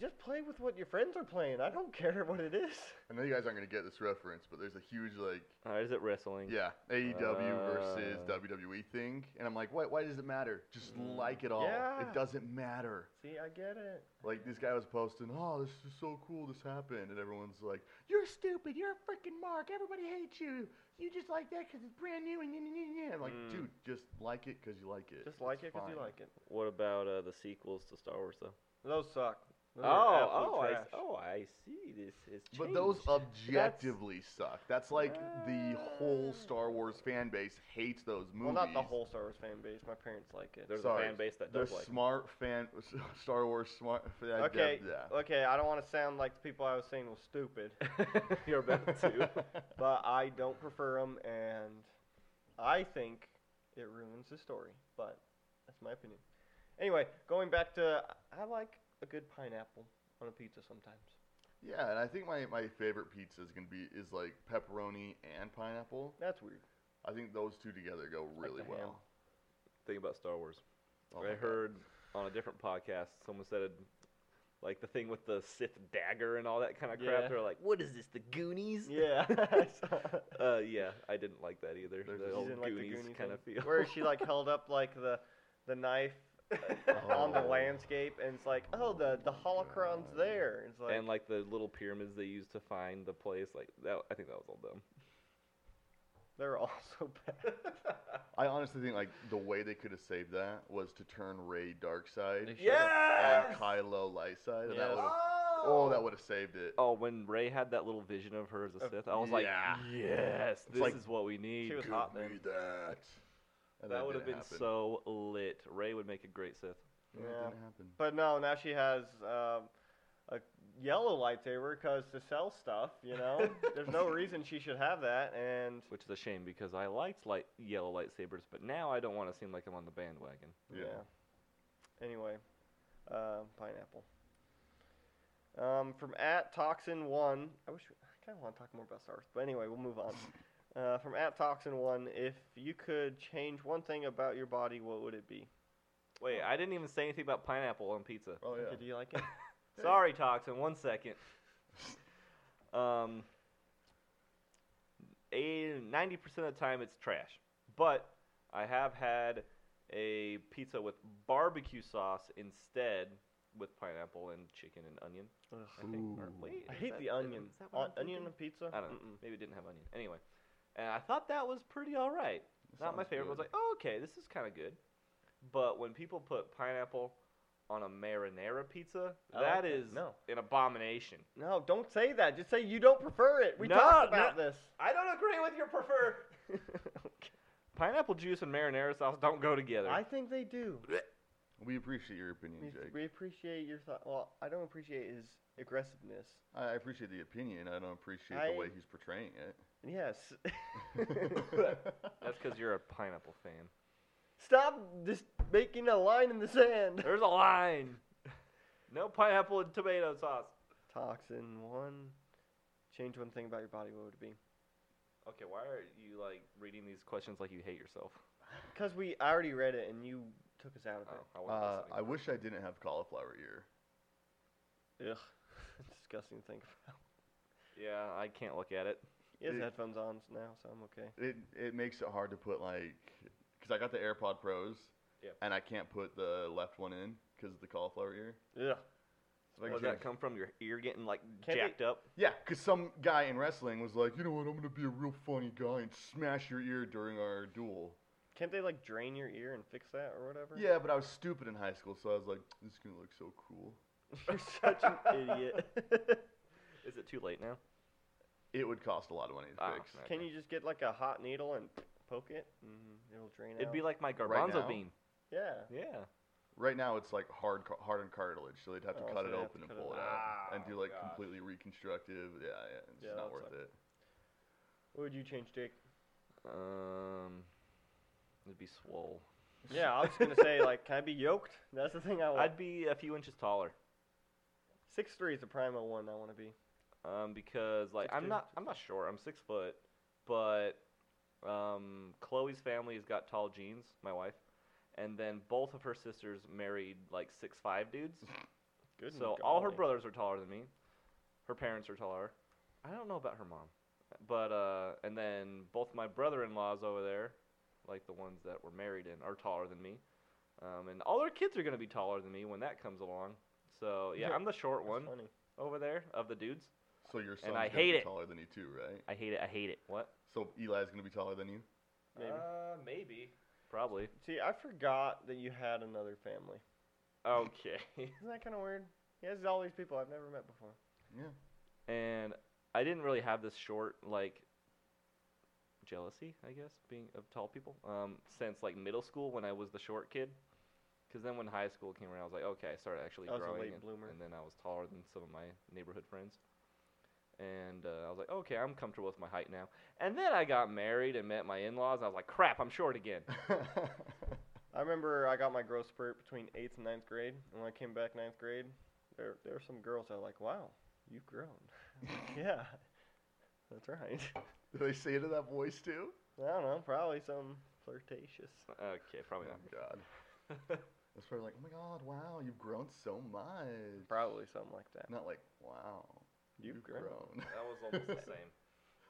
B: just play with what your friends are playing. I don't care what it is.
A: I know you guys aren't going to get this reference, but there's a huge, like,
C: all right, is it wrestling?
A: yeah, AEW versus
C: Uh.
A: WWE thing. And I'm like, why, why does it matter? Just
C: Mm.
A: like it all.
B: Yeah.
A: It doesn't matter.
B: See, I get it.
A: Like, this guy was posting, oh, this is so cool, this happened. And everyone's like, you're stupid, you're a freaking mark, everybody hates you. You just like that because it's brand new. And yeah, I'm like,
C: Mm.
A: dude, just like it because you like it.
B: Just like it
A: It's
B: because you
A: fine."
B: like it.
C: What about uh, the sequels to Star Wars though?
B: Those suck. Those are absolute
C: Oh, oh, I,
B: trash.
C: oh, I see. This is.
A: But those objectively suck. That's like the whole Star Wars fan base hates those
B: Well,
A: movies.
B: not the whole Star Wars fan base. My parents like it.
C: There's
A: Sorry.
C: a fan base that
A: The
C: does like.
A: smart fan Star Wars smart. Fan,
B: okay,
A: Yeah.
B: okay. I don't want to sound like the people I was saying was stupid,
C: You're about to.
B: but I don't prefer them, and I think it ruins the story. But that's my opinion. Anyway, going back to, I like a good pineapple on a pizza sometimes.
A: yeah, and I think my, my favorite pizza is gonna be is like pepperoni and pineapple.
B: That's weird.
A: I think those two together go really
B: the ham.
A: well.
C: Think about Star Wars.
A: Oh
C: I
A: my God.
C: heard on a different podcast someone said like the thing with the Sith dagger and all that kind of crap.
B: Yeah.
C: They're like, what is this, the Goonies?
B: Yeah. I saw-
C: uh, yeah, I didn't like that either.
A: There's
C: The
A: this-
C: old
B: didn't like the
C: Goonies,
B: Goonies
C: kind of feel.
B: Where she like held up like the the knife on the
A: Oh.
B: landscape, and it's like, oh, the the holocron's
A: God.
B: there. It's like,
C: and like the little pyramids they used to find the place, like that. I think that was all dumb.
B: they're all so bad.
A: I honestly think like the way they could have saved that was to turn Ray dark side
B: They Yes!
A: and Kylo light side, and that
B: Yes.
A: would have oh that would have saved it.
C: Oh, when Ray had that little vision of her as a
B: Of-
C: Sith, I was like,
A: yeah.
C: yes, this
A: like-
C: is what we need.
B: was
A: Give
B: hot
A: me
B: then.
A: that. And
C: that would have
A: didn't
C: been
A: happen.
C: so lit. Ray would make a great Sith.
B: Yeah.
A: And It didn't happen.
B: But no, now she has um, a yellow lightsaber because to sell stuff, you know. There's no reason she should have that, and
C: Which is a shame because I liked light yellow lightsabers, but now I don't want to seem like I'm on the bandwagon.
A: Yeah.
B: yeah. Anyway, um, pineapple. Um, from at toxin one, I wish I kind of want to talk more about Star Wars, but anyway, we'll move on. Uh, from at toxin one, if you could change one thing about your body, what would it be?
C: Wait, I didn't even say anything about pineapple on pizza.
A: Oh yeah.
B: Okay, do you like it?
C: Sorry, Toxin. One second. Um, ninety percent of the time it's trash, but I have had a pizza with barbecue sauce instead with pineapple and chicken and onion. I think. Or
A: Ooh.
C: wait,
B: I
C: is
B: hate
C: that-
B: the onion.
C: is that what
B: On,
C: I'm
B: onion
C: thinking?
B: on pizza?
C: I don't know.
B: Mm-mm.
C: Maybe it didn't have onion. Anyway, and I thought that was pretty all right.
A: That
C: Not my
A: sounds
C: favorite. but I was
A: good.
C: like, oh, okay, this is kind of good. But when people put pineapple on a marinara pizza,
B: I like
C: that
B: that.
C: is
B: No.
C: an abomination.
B: No, don't say that. Just say you don't prefer it. We
C: No,
B: talked
C: no.
B: about this.
C: I don't agree with your prefer. Pineapple juice and marinara sauce don't go together.
B: I think they do.
A: We appreciate your opinion,
B: We,
A: Jake.
B: we appreciate your thought. Well, I don't appreciate his aggressiveness.
A: I I appreciate the opinion. I don't appreciate
B: I-
A: the way he's portraying it.
B: Yes.
C: That's because you're a pineapple fan.
B: Stop just making a line in the sand.
C: There's a line. No pineapple and tomato sauce.
B: Toxin one. Change one thing about your body. What would it be?
C: Okay, why are you like reading these questions like you hate yourself?
B: Because we I already read it and you took us out of
C: Oh,
B: it.
C: I wasn't
A: Uh,
C: listening.
A: I wish I didn't have cauliflower ear.
B: Ugh. Disgusting thing. about.
C: yeah, I can't look at it.
B: He has
A: It-
B: headphones on now, so I'm okay.
A: It it makes it hard to put like because I got the AirPod Pros.
C: Yep.
A: And I can't put the left one in because of the cauliflower ear.
B: Ugh.
A: So I
C: Where
A: can
C: does
A: change-
C: Oh, that come from? Your ear getting like
B: Can't
C: jacked up?
A: Yeah, because some guy in wrestling was like, you know what, I'm going to be a real funny guy and smash your ear during our duel.
B: Can't they like drain your ear and fix that or whatever?
A: Yeah, but I was stupid in high school, so I was like, this is going to look so cool.
B: You're such an idiot.
C: Is it too late now?
A: It would cost a lot of money to
C: Ah,
A: fix.
C: no.
B: Can you just get like a hot needle and poke it? Mm, it'll drain out.
C: It'd be like my garbanzo
A: now?
C: bean.
B: yeah.
C: Yeah.
A: Right now, it's like hard, ca- hardened cartilage, so they'd have to
B: Oh,
A: cut
B: so
A: it
B: they have
A: open
B: to
A: and
B: cut it
A: pull it
C: open.
A: out and
C: Ah,
A: do like
C: gosh.
A: completely reconstructive. Yeah, yeah it's
B: Yeah,
A: just
B: that
A: not worth
B: sucks.
A: it.
B: What would you change, Jake?
C: Um, it'd be swole.
B: Yeah, I was gonna say like, can I be yoked? That's the thing I want.
C: I'd be a few inches taller.
B: Six three is the primal one I want to be.
C: Um, because like I'm
B: 6'2",
C: not I'm not sure. I'm six foot, but um, Chloe's family has got tall jeans. My wife, and then both of her sisters married like six five dudes.
B: Good.
C: so all her brothers are taller than me. Her parents are taller. I don't know about her mom, but uh, and then both my brother-in-laws over there, like the ones that were married in, are taller than me. Um, and all their kids are gonna be taller than me when that comes along. So yeah, I'm the short one
B: Funny.
C: over there of the dudes.
A: So your son's
C: I
A: gonna
C: hate
A: be
C: it.
A: taller than you too, right?
C: I hate it. I hate it. What?
A: So Eli's going to be taller than you?
B: Maybe.
C: Uh, maybe. Probably.
B: See, I forgot that you had another family.
C: Okay.
B: Isn't that kind of weird? He has all these people I've never met before.
A: Yeah.
C: and I didn't really have this short like jealousy, I guess, being of tall people. Um, since like middle school when I was the short kid. Because then when high school came around, I was like, okay, I started actually
B: I was a
C: growing,
B: late
C: and,
B: bloomer.
C: and then I was taller than some of my neighborhood friends. And uh, I was like, okay, I'm comfortable with my height now. And then I got married and met my in-laws. and I was like, crap, I'm short again.
B: I remember I got my growth spurt between eighth and ninth grade, and when I came back ninth grade, there there were some girls that were like, "Wow, you've grown." yeah, that's right.
A: Do they say it in that voice too?
B: I don't know, probably some flirtatious.
C: okay, probably
A: Oh,
C: not.
A: God. It's probably like, oh my god, wow, you've grown so much.
B: Probably something like that.
A: Not like, wow,
B: You've grown.
C: That was almost the same.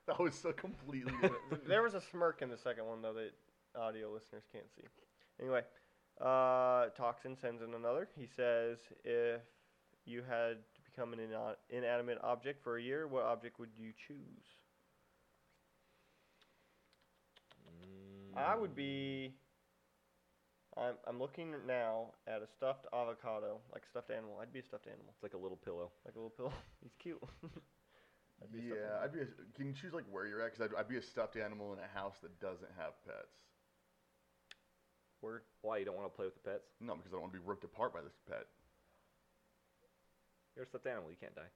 A: that was so completely different.
B: there was a smirk in the second one though that audio listeners can't see. Anyway, uh, Toxin sends in another. He says, "If you had to become an ina- inanimate object for a year, what object would you choose?" I would be. I'm I'm looking now at a stuffed avocado, like stuffed animal. I'd be a stuffed animal,
C: It's like a little pillow.
B: like a little pillow. He's cute. I'd be a
A: yeah,
B: stuffed
A: I'd be. A, can you choose like where you're at? Because I'd, I'd be a stuffed animal in a house that doesn't have pets.
B: Word.
C: Why you don't want to play with the pets?
A: No, because I don't want to be ripped apart by this pet.
C: You're a stuffed animal. You can't die.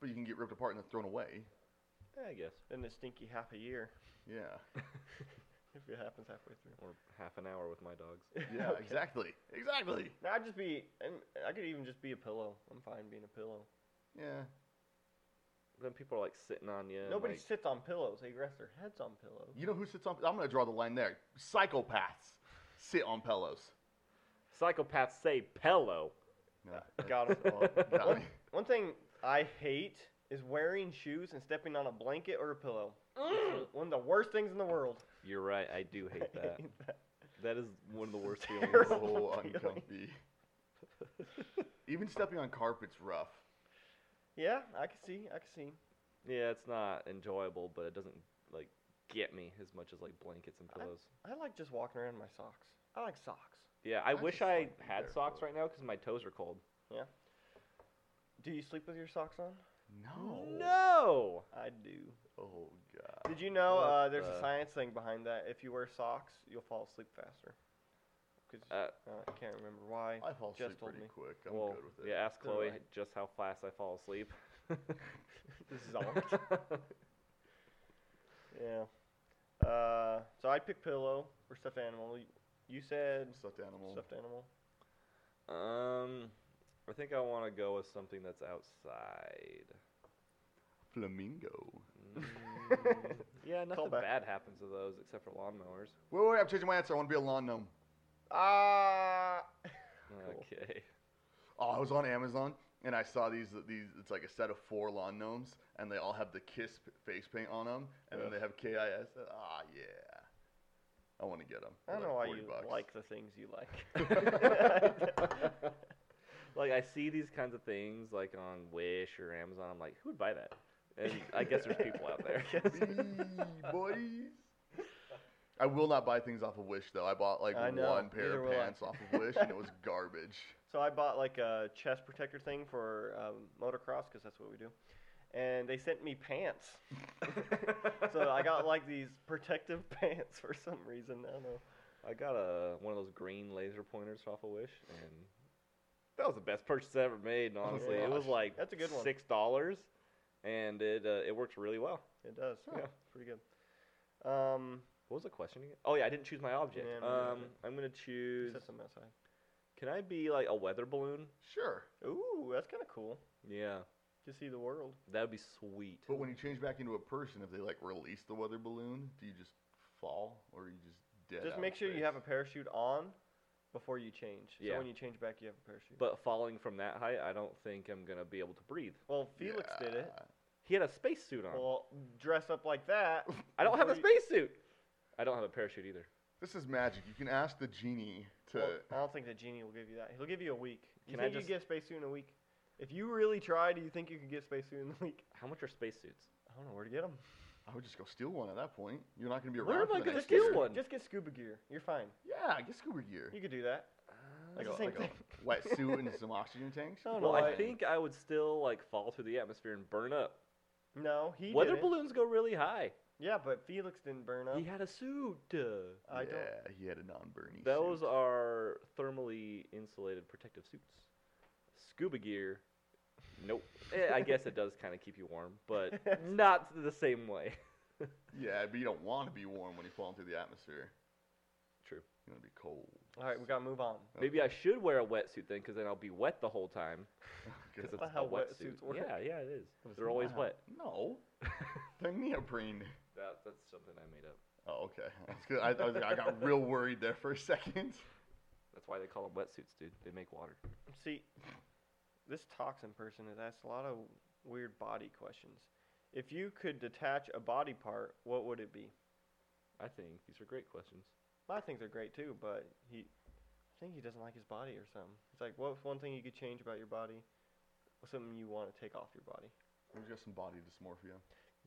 A: But you can get ripped apart and then thrown away.
C: Eh, I guess.
B: Then the stinky half a year
A: Yeah.
B: if it happens halfway through.
C: Or half an hour with my dogs.
A: Yeah.
B: Okay.
A: Exactly. Exactly.
B: No, I'd just be. I'm- I could even just be a pillow. I'm fine being a pillow.
A: Yeah.
C: Then people are like sitting on you. and,
B: Nobody
C: like,
B: sits on pillows. They rest their heads on pillows.
A: You know who sits on? I'm gonna draw the line there. Psychopaths sit on pillows.
C: Psychopaths say pillow.
A: Yeah.
B: Got 'em.
A: Oh, got me.
B: One thing I hate is wearing shoes and stepping on a blanket or a pillow. It's One of the worst things in the world.
C: You're right. I do hate that. that is one of the worst feelings.
B: Terrible
A: so
B: feeling.
A: uncomfy. Even stepping on carpet's rough.
B: Yeah, I can see. I can see.
C: Yeah, it's not enjoyable, but it doesn't like get me as much as like blankets and
B: I-
C: pillows.
B: I like just walking around in my socks. I like socks.
C: yeah, I,
A: I
C: wish
A: just
C: I
A: like being
C: had socks
A: barefoot.
C: right now because my toes are cold.
B: Do you sleep with your socks on?
A: No.
C: No.
B: I do.
A: Oh god.
B: Did you know
C: What
B: uh, there's
C: the-
B: a science thing behind that? If you wear socks, you'll fall asleep faster. 'Cause-
C: Uh,
B: uh, I can't remember why.
A: I fall
B: Just
A: asleep
B: told
A: pretty
B: me.
A: quick. I'm
C: well,
A: good with it.
C: yeah. Ask
B: They're
C: Chloe
B: right.
C: just how fast I fall asleep.
B: This is all. Yeah. Uh, so I'd pick pillow or stuffed animal. Y- You said
A: Stuffed animal.
B: stuffed animal.
C: um, I think I want to go with something that's outside.
A: Flamingo.
C: Mm, yeah, nothing
B: Callback.
C: bad happens to those except for lawnmowers.
A: Wait, wait, I'm changing my answer. I want to be a lawn gnome.
B: Ah. Cool.
C: Okay.
A: Oh, I was on Amazon and I saw these these. It's like a set of four lawn gnomes, and they all have the Kiss p- face paint on them, and then
B: Ugh.
A: they have KIS. Ah, yeah. I want to get them.
B: I don't know why you
A: bucks.
B: like the things you like.
C: like I see these kinds of things like on Wish or Amazon. I'm like, who would buy that? And I guess there's people out there.
A: Hey, boys. I will not buy things off of Wish though. I bought like
B: I know,
A: one pair
B: neither
A: of
B: will I.
A: pants off of Wish, and it was garbage.
B: so I bought like a chest protector thing for um, motocross because that's what we do, and they sent me pants. so I got like these protective pants for some reason. I don't know.
C: I got a one of those green laser pointers off of Wish, and that was the best purchase I ever made.
A: my
C: Honestly, it was
A: gosh.
C: like
B: That's a good one.
C: six dollars, and it uh, it works really well.
B: It does.
C: Huh.
B: Yeah, it's pretty good. Um,
C: What was the question again? Oh yeah, I didn't choose my object.
B: Yeah, no, you
C: um,
B: didn't.
C: I'm gonna
B: you
C: choose.
B: said something outside.
C: Can I be like a weather balloon?
A: Sure,
B: Ooh, that's kind of cool
C: Yeah,
B: to see the world.
C: that would be sweet.
A: but when you change back into a person, if they like release the weather balloon, do you just fall or you just dead?
B: Just make sure you have a parachute on before you change.
C: Yeah.
B: So when you change back, you have a parachute.
C: But falling from that height, I don't think I'm gonna be able to breathe.
B: well, Felix did it.
C: He had a spacesuit on.
B: Well, dress up like that.
C: I don't have a
B: before you-
C: spacesuit. I don't have a parachute either.
A: This is magic. You can ask the genie to.
B: Well, I don't think the genie will give you that. He'll give you a week. You
C: Can I
B: think
C: just-
B: you could get spacesuit in a week? If you really try, do you think you could get spacesuit in a week?
C: How much are spacesuits?
B: I don't know where to get them.
A: I would just go steal one at that point. You're not gonna be around.
C: Where am
A: for
C: I
A: the
C: gonna
A: next
C: steal
A: year.
C: one?
B: Just get scuba gear. You're fine.
A: Yeah, get scuba gear.
B: You could do that.
A: like
B: It's
A: a,
B: the same
A: like a wetsuit and some oxygen tanks.
B: No,
C: Uh, well, I
B: like-
C: think I would still like fall through the atmosphere and burn up.
B: No, he
C: Weather
B: did
C: balloons go really high.
B: Yeah, but Felix didn't burn up.
C: He had a suit.
A: Yeah,
B: I don't.
A: he had a non-Bernie.
C: Those
A: suit.
C: are thermally insulated protective suits. Scuba gear. Nope. Eh, I guess it does kind of keep you warm, but not the same way.
A: Yeah, but you don't want to be warm when you fall into the atmosphere.
C: True.
A: You're gonna be cold.
B: All right, we gotta move on.
C: Maybe I should wear a wetsuit then, because then I'll be wet the whole time.
A: Good.
C: Because
B: That's
C: it's
B: not how
C: a wetsuit.
B: wetsuits work.
C: Yeah, yeah, it is.
A: It's
C: They're always
A: not.
C: wet.
A: No, they're neoprene.
C: That, that's something I made up.
A: Oh, okay. That's good. I, I, was like, I got real worried there for a second.
C: That's why they call them wetsuits, dude. They make water.
B: See, this toxin person has asked a lot of weird body questions. If you could detach a body part, what would it be?
C: I think these are great questions.
B: Well, I think they're great too, but he, I think he doesn't like his body or something. It's like, what's one thing you could change about your body? What's something you want to take off your body?
A: We've got some body dysmorphia.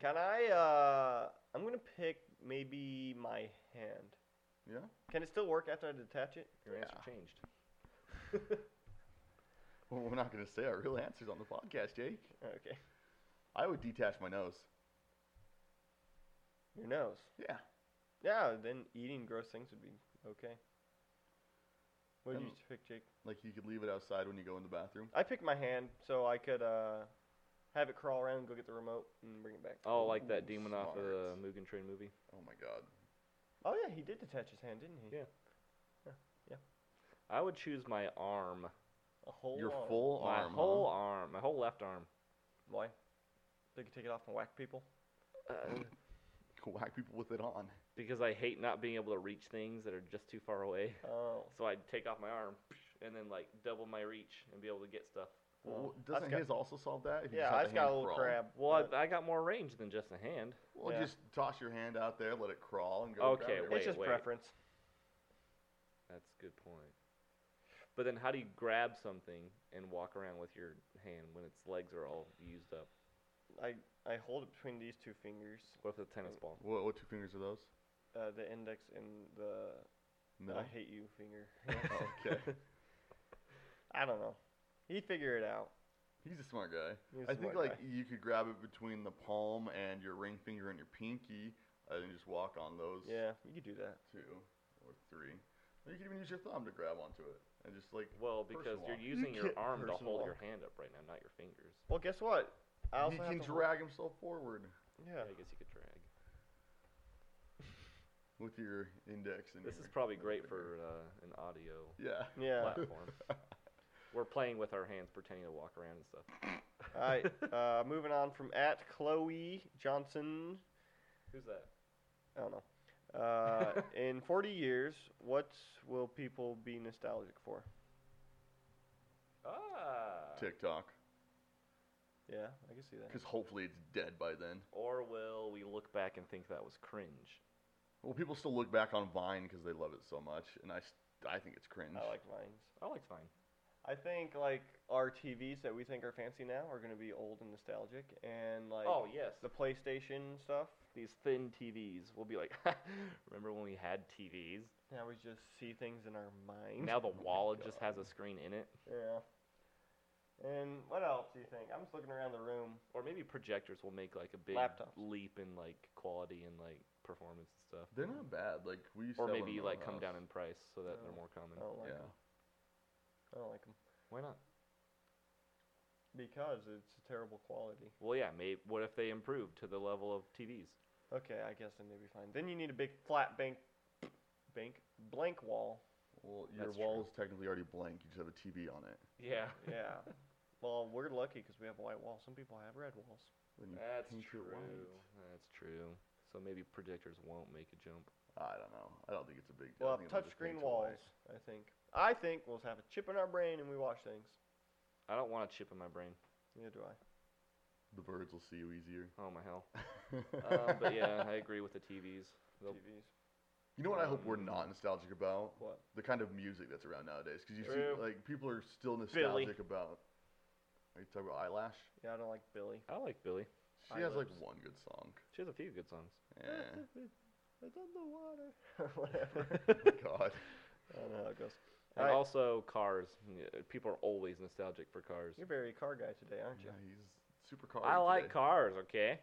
B: Can I? uh I'm gonna pick maybe my hand.
A: Yeah.
B: Can it still work after I detach it?
C: Your answer
A: Yeah.
C: changed.
A: Well, we're not gonna say our real answers on the podcast, Jake.
B: Okay.
A: I would detach my nose.
B: Your nose.
A: Yeah.
B: Yeah. Then eating gross things would be okay. What did you
A: Um,
B: pick, Jake?
A: Like you could leave it outside when you go in the bathroom.
B: I picked my hand so I could uh have it crawl around, go get the remote, and bring it back.
C: Oh, like that
A: Ooh,
C: demon off of the
A: smart.
C: Mugen Train movie.
A: Oh my god.
B: Oh yeah, he did detach his hand, didn't he?
C: Yeah. I would choose my arm.
B: A whole.
A: Your
B: arm.
A: full
C: my
A: arm.
C: whole
A: huh?
C: arm. My whole left arm.
B: Why? They could take it off and whack people.
A: Uh, Could Whack people with it on.
C: because I hate not being able to reach things that are just too far away.
B: Oh.
C: So I'd take off my arm and then like double my reach and be able to get stuff.
A: Well,
B: Oh, that's
A: doesn't
B: got-
A: his also solve that? if you
B: Yeah,
A: just
B: I
A: have
B: just
A: the
B: got a
A: hand
B: little
A: crawl?
B: crab.
C: Well, I, I got more range than just a hand.
A: Well,
B: Yeah.
A: just toss your hand out there, let it crawl, and go. grab
C: Okay,
A: it.
B: it's
C: wait,
B: just
C: wait.
B: preference.
C: That's a good point. But then how do you grab something and walk around with your hand when its legs are all used up?
B: I I hold it between these two fingers,
C: What if the tennis ball?
A: What, what two fingers are those?
B: uh, the index and the
A: No.
B: I hate you finger.
A: okay.
B: I don't know. He'd figure it out.
A: He's a smart guy.
B: He's a
A: I think
B: smart
A: like you could grab it between the palm and your ring finger and your pinky, uh, and then just walk on those
B: guy. yeah, you could do that.
A: two or three. Or you could even use your thumb to grab onto it and just like
C: Well, because
A: Person
C: you're
A: walk.
C: using your
B: can't
C: arm to
B: person
C: hold your
B: walk.
C: hand up right now, not your fingers.
B: Well, guess what? I also
A: he
B: have
A: can
B: to
A: drag himself forward
B: Hold,
C: Yeah,
B: yeah.
C: I guess you could drag.
A: with your index and.
C: This
A: your
C: is probably
A: middle
C: great
A: finger.
C: for uh, an audio
A: Yeah.
B: Yeah.
C: platform. We're playing with our hands, pretending to walk around and stuff.
B: All right. Uh, moving on from at Chloe Johnson.
C: Who's that?
B: I don't know. Uh, in 40 years, what will people be nostalgic for?
C: Ah.
A: TikTok,
B: Yeah, I can see that.
A: because hopefully it's dead by then.
C: Or will we look back and think that was cringe?
A: Well, people still look back on Vine because they love it so much, and I, s- I think it's cringe.
B: I like vines.
C: I like Vine.
B: I think like our TVs that we think are fancy now are gonna be old and nostalgic, and like
C: oh yes,
B: the PlayStation stuff.
C: these thin TVs. We'll be like, remember when we had TVs?
B: Now we just see things in our mind.
C: Now the wall
A: God.
C: just has a screen in it,
B: Yeah. And what else do you think? I'm just looking around the room.
C: or maybe projectors will make like a big
B: Laptops.
C: leap in like quality and like performance and stuff.
A: They're not bad. Like we used to
C: Or
A: have one in
C: maybe
A: my
C: like come
A: house.
C: down in price so that
B: No.
C: they're more common.
B: I don't like
A: Yeah.
B: 'em. I don't like them
C: Why not?
B: because it's a terrible quality.
C: Well, yeah, maybe. What if they improve to the level of TVs?
B: Okay, I guess then they'd be fine. Then you need a big flat bank, bank blank wall.
A: Well, your
C: That's true.
A: wall's technically already blank. You just have a TV on it.
C: Yeah,
B: Yeah. well, we're lucky because we have white walls. Some people have red walls.
A: Then you
C: that's
A: paint
C: true.
A: it white.
C: That's true. So maybe projectors won't make a jump.
A: I don't know. I don't think it's a big deal.
B: We'll
A: I
B: have
A: think it'll just
B: touchscreen
A: paint it white.
B: walls, I think. I think we'll have a chip in our brain and we watch things.
C: I don't want a chip in my brain.
B: Neither do I.
A: The birds will see you easier.
C: Oh my hell. um, but yeah, I agree with the TVs. They'll-
B: TVs.
A: you know what I hope we're not nostalgic about?
B: What?
A: The kind of music that's around nowadays. Because you
B: True.
A: see, like, people are still
B: Billie.
A: nostalgic about. Are you talking about Eyelash?
B: Yeah, I don't like Billy.
C: I like Billy.
A: She has, like,
B: Eyelips.
A: one good song. Eh,
C: She has a few good songs.
A: Yeah.
B: It's on the water. Whatever.
A: God.
B: I don't know how it goes.
C: And
B: Alright.
C: also cars. Yeah, People are always nostalgic for cars.
B: You're very car guy today, aren't you?
A: Yeah, he's super car.
C: I like
A: today.
C: cars, okay?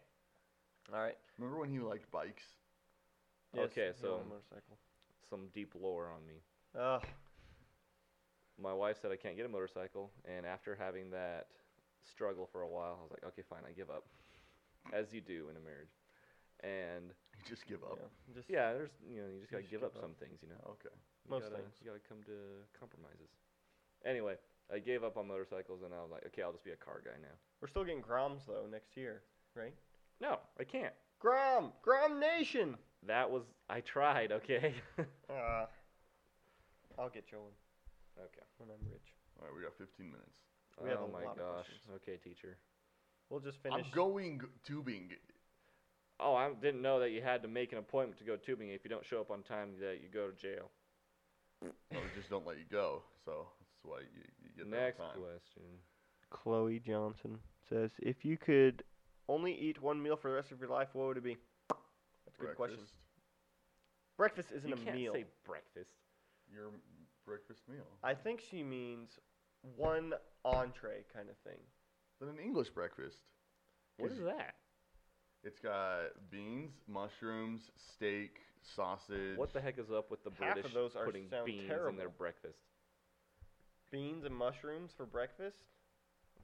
B: All right.
A: Remember when he liked bikes?
C: Okay,
B: you own
C: so-
B: a motorcycle.
C: Some deep lore on me.
B: Ugh.
C: My wife said I can't get a motorcycle, and after having that struggle for a while, I was like, okay, fine, I give up. As you do in a marriage. And
A: You just give up.
B: yeah, Just
C: yeah, there's you know, you just
B: You
C: gotta
B: just
C: give
B: give
C: up
B: up.
C: some things, you know.
A: Okay.
C: You
B: Most
C: gotta,
B: things.
C: You gotta come to compromises. Anyway, I gave up on motorcycles and I was like, okay, I'll just be a car guy now.
B: We're still getting Groms though next year, right?
C: No, I can't.
B: Grom, Grom Nation.
C: That was I tried, okay?
B: Uh, I'll get you one.
C: Okay.
D: when I'm rich.
A: All right, we got 15 minutes.
B: We have
C: oh
B: a
C: my
B: lot of
C: gosh.
B: questions.
C: Okay, teacher.
D: We'll just finish.
A: I'm going tubing.
C: Oh, I didn't know that you had to make an appointment to go tubing. If you don't show up on time, that you go to jail.
A: No, we just don't let you go. So that's why you, you get there on
C: Next
A: time.
C: question.
B: Chloe Johnson says, if you could only eat one meal for the rest of your life, what would it be? That's a good question.
A: Breakfast,
B: Breakfast isn't
C: you
B: a
C: can't
B: meal.
C: say breakfast.
A: Your m- breakfast meal.
B: I think she means one entree kind of thing.
A: Then an English breakfast.
C: What
A: 'Cause
C: is that?
A: It's got beans, mushrooms, steak, sausage.
C: What the heck is up with the
B: Half of
C: British
B: those are-
C: putting
B: sound
C: beans in their
B: terrible.
C: breakfast?
B: Beans and mushrooms for breakfast?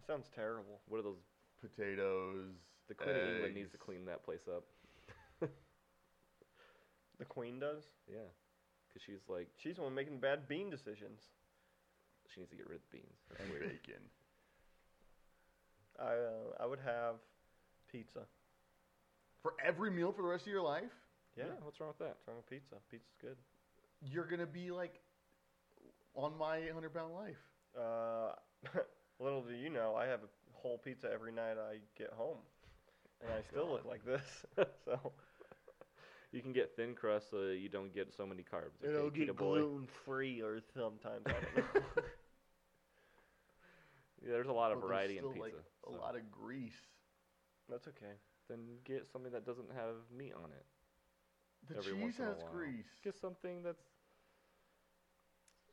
B: sounds terrible.
C: What are those?
A: Potatoes.
C: The Queen of England needs to
A: eggs.
C: clean that place up.
B: The queen does.
C: Yeah, because she's like
B: She's the one making the bad bean decisions.
C: she needs to get rid of the beans. That's
A: and
C: weird.
A: bacon.
B: I uh, I would have pizza.
A: For every meal for the rest of your life,
B: Yeah,
C: yeah, what's wrong with that?
B: what's wrong with pizza? Pizza's good.
A: you're gonna be like on my 800 pound life.
B: Uh, little do you know, I have a whole pizza every night I get home, and I still look like this. so
C: You can get thin crust so that you don't get so many carbs. Okay,
B: it'll
C: keto
B: get
C: boy.
B: gluten free or sometimes I don't know.
C: Yeah, there's a lot of
A: but there's
C: variety in
A: still,
C: pizza.
A: Like, a
C: so
A: lot of grease.
B: That's okay.
C: Then get something that doesn't have meat on it.
A: The
C: Every
A: cheese
C: once in a
A: has
C: while.
A: grease.
C: Get something that's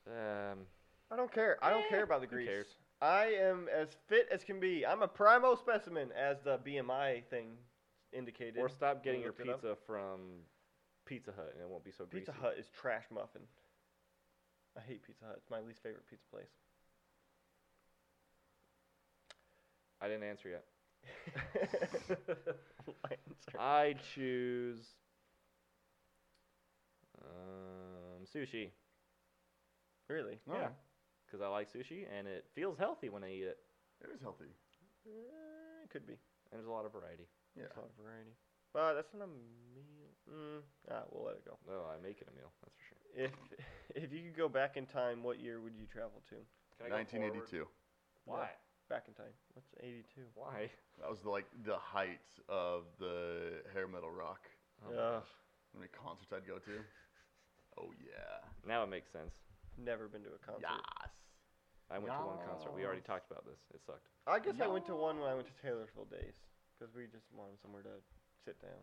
C: um.
B: I don't care. I don't
C: Eh,
B: care about the
C: who
B: grease.
C: cares?
B: I am as fit as can be. I'm a primo specimen, as the BMI thing indicated.
C: Or stop getting your
B: looked it up.
C: pizza from Pizza Hut, and it won't be so greasy.
B: Pizza Hut is trash muffin. I hate Pizza Hut. It's my least favorite pizza place.
C: I didn't answer yet.
B: My answer.
C: I choose um, sushi
B: Really?
A: No,
C: Yeah. because I like sushi and it feels healthy when I eat it,
A: it is healthy.
B: Uh, it could be.
C: and there's a lot of variety.
A: Yeah.
B: It's a lot of variety. But that's not a meal. Mm, ah, we'll let it go.
C: No, Oh, I make it a meal. That's for sure.
B: If if you could go back in time, what year would you travel to?
C: Can I go
A: 1982.
C: forward?
B: Back in time. What's 82?
C: Why? Why?
A: That was the, like the height of the hair metal rock.
C: Oh my
B: Ugh,
C: gosh.
A: How many concerts I'd go to? Oh yeah.
C: Now it makes sense.
B: never been to a concert.
A: Yes.
C: I went to one concert. We already
A: Yes.
C: talked about this. It sucked.
B: I guess I went to one when I went to Taylorsville Days because we just wanted somewhere to sit down.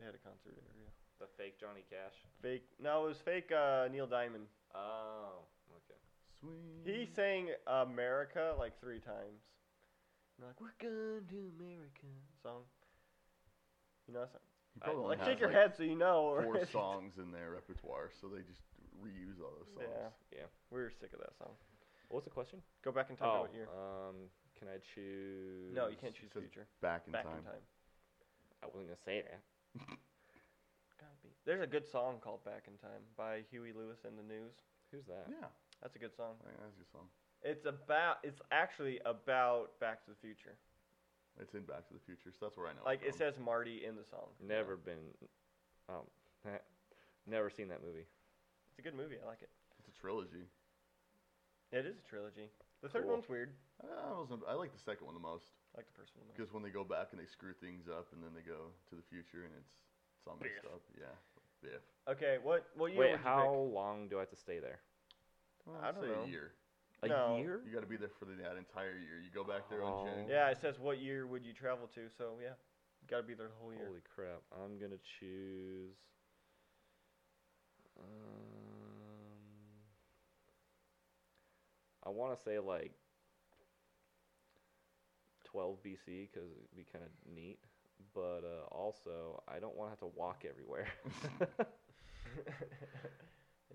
B: They had a concert area.
C: The fake Johnny Cash.
B: Fake. No, it was fake uh, Neil Diamond.
C: Oh, okay.
A: Sweet.
B: He
C: Hmm.
B: sang America like three times. And like, we're going to America song. You know that song?
A: He probably only
B: Like,
A: has,
B: shake your
A: like,
B: head so you know. or-
A: Four songs in their repertoire, so they just reuse all those songs.
B: Yeah.
C: Yeah.
B: We were sick of that song.
C: What was the question?
B: Go back in time to
C: Oh,
B: what year?
C: um, can I choose?
B: no, you can't
A: she
B: choose
A: says
B: future.
A: Back in
B: back in
A: time.
B: time.
C: I wasn't gonna say that.
B: Gotta be. There's a good song called Back in Time by Huey Lewis and the News.
C: Who's that?
A: Yeah,
B: That's a good song.
A: I think that's a good song.
B: It's about. It's actually about Back to the Future.
A: It's in Back to the Future, so that's where I know.
B: Like it
A: it from.
B: says Marty in the song.
C: Never been, um, never seen that movie.
B: It's a good movie. I like it.
A: it's a trilogy.
B: It is a trilogy. The third
C: Cool.
B: one's weird.
A: I, Uh, I, wasn't, I like the second one the most
B: I like the first one. the most.
A: because when they go back and they screw things up, and then they go to the future, and it's it's all messed
B: Biff.
A: up. Yeah, Biff.
B: Okay, what what year
C: Wait,
B: would you
C: how long do I have to stay there?
A: Well,
B: I
A: I'd
B: don't
A: say
B: know.
A: A year.
C: A
B: No.
C: year?
A: You got to be there for the, that entire year. You go back there on June.
C: Oh.
B: pick? Yeah, it says what year would you travel to, so yeah. Got to be there the whole year.
C: Holy crap! I'm gonna choose. Um, I want to say like 12 BC because it'd be kind of neat, but uh, also I don't want to have to walk everywhere.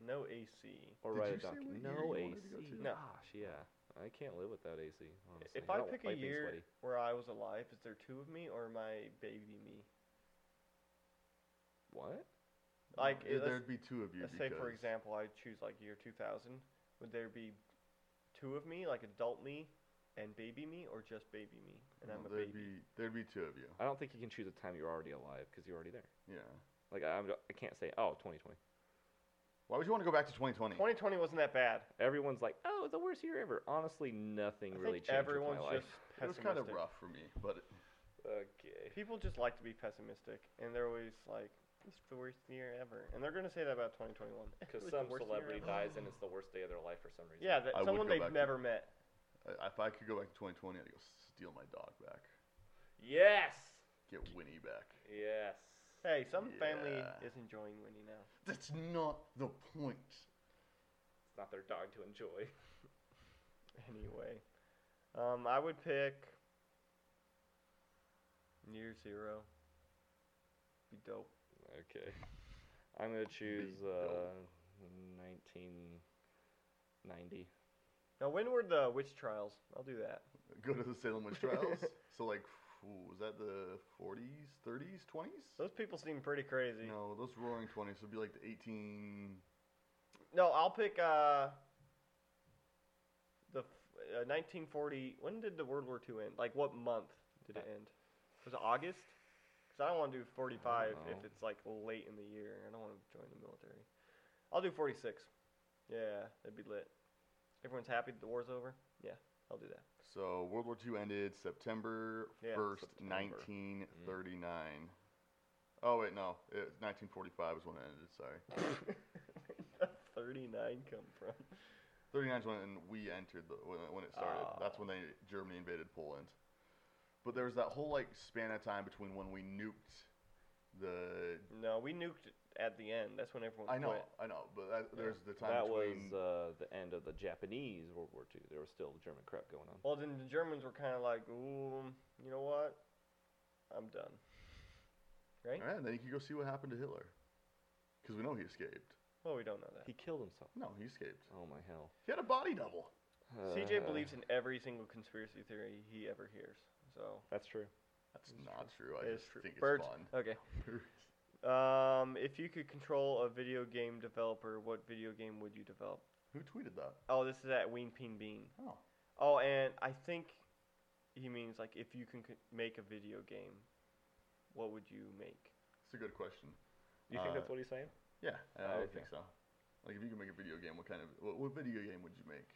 B: no AC.
C: Or
A: Did
C: write
A: you
C: a
A: say
C: docu-
A: what year you
C: No
A: wanted
C: AC.
A: to go to?
B: No.
C: Gosh, yeah. I can't live without AC. Honestly.
B: If I,
C: don't
B: pick a
C: like being
B: year
C: sweaty.
B: where I was alive, is there two of me or my baby me?
C: what?
B: Like,
A: Yeah,
B: it- let's-
A: there'd be two of you.
B: Let's say, for
A: because-
B: example, I choose like year 2000. Would there be two of me, like adult me and baby me, or just baby me? And
A: no,
B: I'm a
A: there'd
B: baby.
A: be there'd be two of you.
C: I don't think you can choose a time you're already alive because you're already there.
A: Yeah.
C: Like I, I'm, I can't say, oh, 2020.
A: Why would you want to go back to 2020?
B: 2020 wasn't that bad.
C: Everyone's like, "Oh, it's the worst year ever." Honestly, nothing
B: I
C: really
B: think
C: changed
B: everyone's
C: with my life.
B: just
A: It was
B: pessimistic.
A: kind of rough for me, but it-
C: Okay.
B: People just like to be pessimistic, and they're always like, "It's the worst year ever," and they're gonna say that about 2021. It's
C: Because
B: the
C: some
B: worst year
C: celebrity
B: ever.
C: dies and it's the worst day of their life for some reason.
B: Yeah, that,
A: I would
B: someone
A: go
B: they've
A: back to-
B: never met.
A: I- if I could go back to 2020, I'd go steal my dog back,
C: Yes.
A: get Winnie back.
C: Yes.
B: Hey, some family
A: Yeah.
B: is enjoying Winnie now.
A: That's not the point.
C: It's not their dog to enjoy.
B: Anyway, um, I would pick Year Zero. Be dope.
C: Okay. I'm gonna choose uh,
A: dope.
C: 1990.
B: Now, when were the witch trials? I'll do that.
A: Go to the Salem witch trials. so like, ooh, was that the 40s, 30s, 20s?
B: Those people seem pretty crazy. No,
A: No, those Roaring 20s would be like the 18.
B: I'll pick uh, the f- uh, 1940. When did the World War II end? Like, what month did it end? Was it August? Because I don't want to do 45 if
C: know.
B: it's like late in the year. I don't want to join the military. I'll do 46. Yeah, that'd be lit. Everyone's happy that the war's over. Yeah, I'll do that.
A: So World War II ended September
B: Yeah,
A: 1st,
C: September.
A: 1939. Oh wait, no, it, 1945 is when it ended. Sorry,
B: Where'd 39 come from?
A: 39 is when we entered the when, when it started. That's
B: Ah.
A: when they Germany invaded Poland. But there was that whole like span of time between when we nuked the.
B: No, we nuked it at the end. That's when everyone
A: I know,
B: quit.
A: I know, but that, there's the time
C: That was
A: between.
C: uh, the end of the Japanese World War II. There was still German crap going on.
B: Well, then the Germans were kind of like, ooh, you know what? I'm done.
C: uh,
B: Right?
A: All right, then you can go see what happened to Hitler, because we know he escaped.
B: Well, we don't know that.
C: He killed himself.
A: No, he escaped.
C: Oh my hell.
A: He had a body double.
C: Uh,
B: CJ believes in every single conspiracy theory he ever hears. So
C: That's true.
A: That's not true. I
B: It's
A: just
B: true.
A: think it's
B: Birds.
A: fun.
B: okay. Um, if you could control a video game developer, what video game would you develop?
A: Who tweeted that?
B: Oh, this is at Ween Peen Bean.
A: Oh.
B: Oh, and I think he means like if you can c- make a video game, what would you make?
A: It's a good question.
C: You think
A: Uh,
C: that's what he's saying?
A: Yeah, I, I
C: Oh,
A: would think so. Like, if you could make a video game, what kind of what, what video game would you make?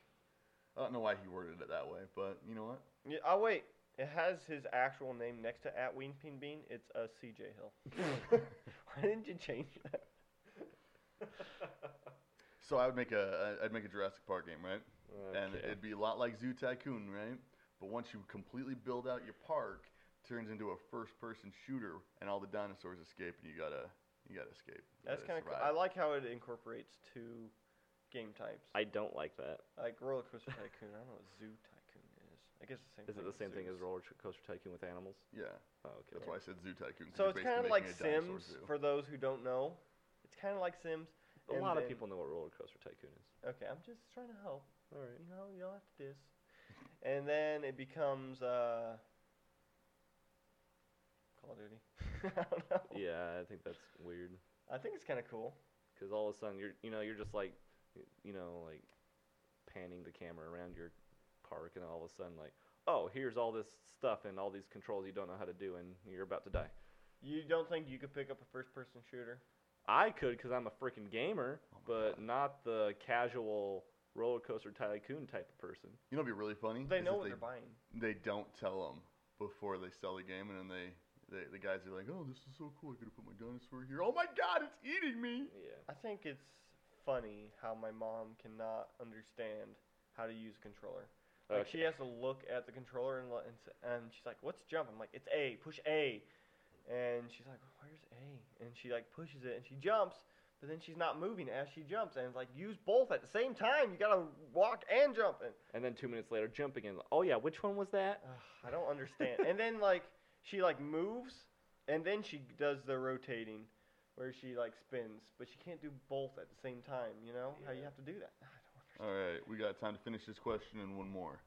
A: I don't know why he worded it that way, but you know what?
B: Yeah, oh wait, it has his actual name next to at Ween Peen Bean. It's a CJ Hill. Why didn't you change that?
A: So I would make a I- I'd make a Jurassic Park game, right? And
C: Okay.
A: it'd be a lot like Zoo Tycoon, right? But once you completely build out your park, it turns into a first-person shooter, and all the dinosaurs escape, and you gotta you gotta escape. You
B: That's kind
A: gotta
B: of cool.
A: survive.
B: I like how it incorporates two game types.
C: I don't like that.
B: like Roller Coaster Tycoon. I don't know what Zoo Tycoon is. I guess it's the same.
C: Is it the same thing as
B: zoos.
C: roller Tr- coaster tycoon with animals?
A: Yeah,
C: Oh, okay.
A: that's why I said Zoo Tycoon. 'cause
B: So
A: you're
B: it's kind
A: basically
B: of like
A: making a dinosaur
B: Sims
A: zoo.
B: for those who don't know. It's kind of like Sims.
C: A
B: and
C: lot of
B: then-
C: people know what roller coaster tycoon is.
B: Okay, I'm just trying to help.
C: All right.
B: You know, you don't have to diss. And then it becomes uh, Call of Duty. I don't know.
C: Yeah, I think that's weird.
B: I think it's kind of cool.
C: Because all of a sudden you're, you know, you're just like, y- you know, like panning the camera around your park, and all of a sudden like, oh, here's all this stuff and all these controls you don't know how to do, and you're about to die.
B: You don't think you could pick up a first-person shooter?
C: I could because I'm a freaking gamer,
A: Oh my
C: but not the casual roller coaster tycoon type of person.
A: You know, what'd be really funny.
B: They
A: is
B: know
A: if
B: what
A: they
B: they're buying.
A: they don't tell them before they sell the game, and then they, they the guys are like, "Oh, this is so cool! I could have put my dinosaur here. Oh my god, it's eating me!"
C: Yeah.
B: I think it's funny how my mom cannot understand how to use a controller. Like she has to look at the controller and, lo- and s- and she's like, "What's jump?" I'm like, "It's A. Push A." And she's like, "Where's A?" And she like pushes it and she jumps, but then she's not moving as she jumps and it's like, "Use both at the same time. You gotta walk and jump." And
C: And then two minutes later, jump again. Oh yeah, which one was that?
B: ugh, I don't understand. and then like she like moves and then she does the rotating where she like spins, but she can't do both at the same time. You know how you
C: Yeah.
B: have to do that? I don't understand.
A: All right, we got time to finish this question and one more.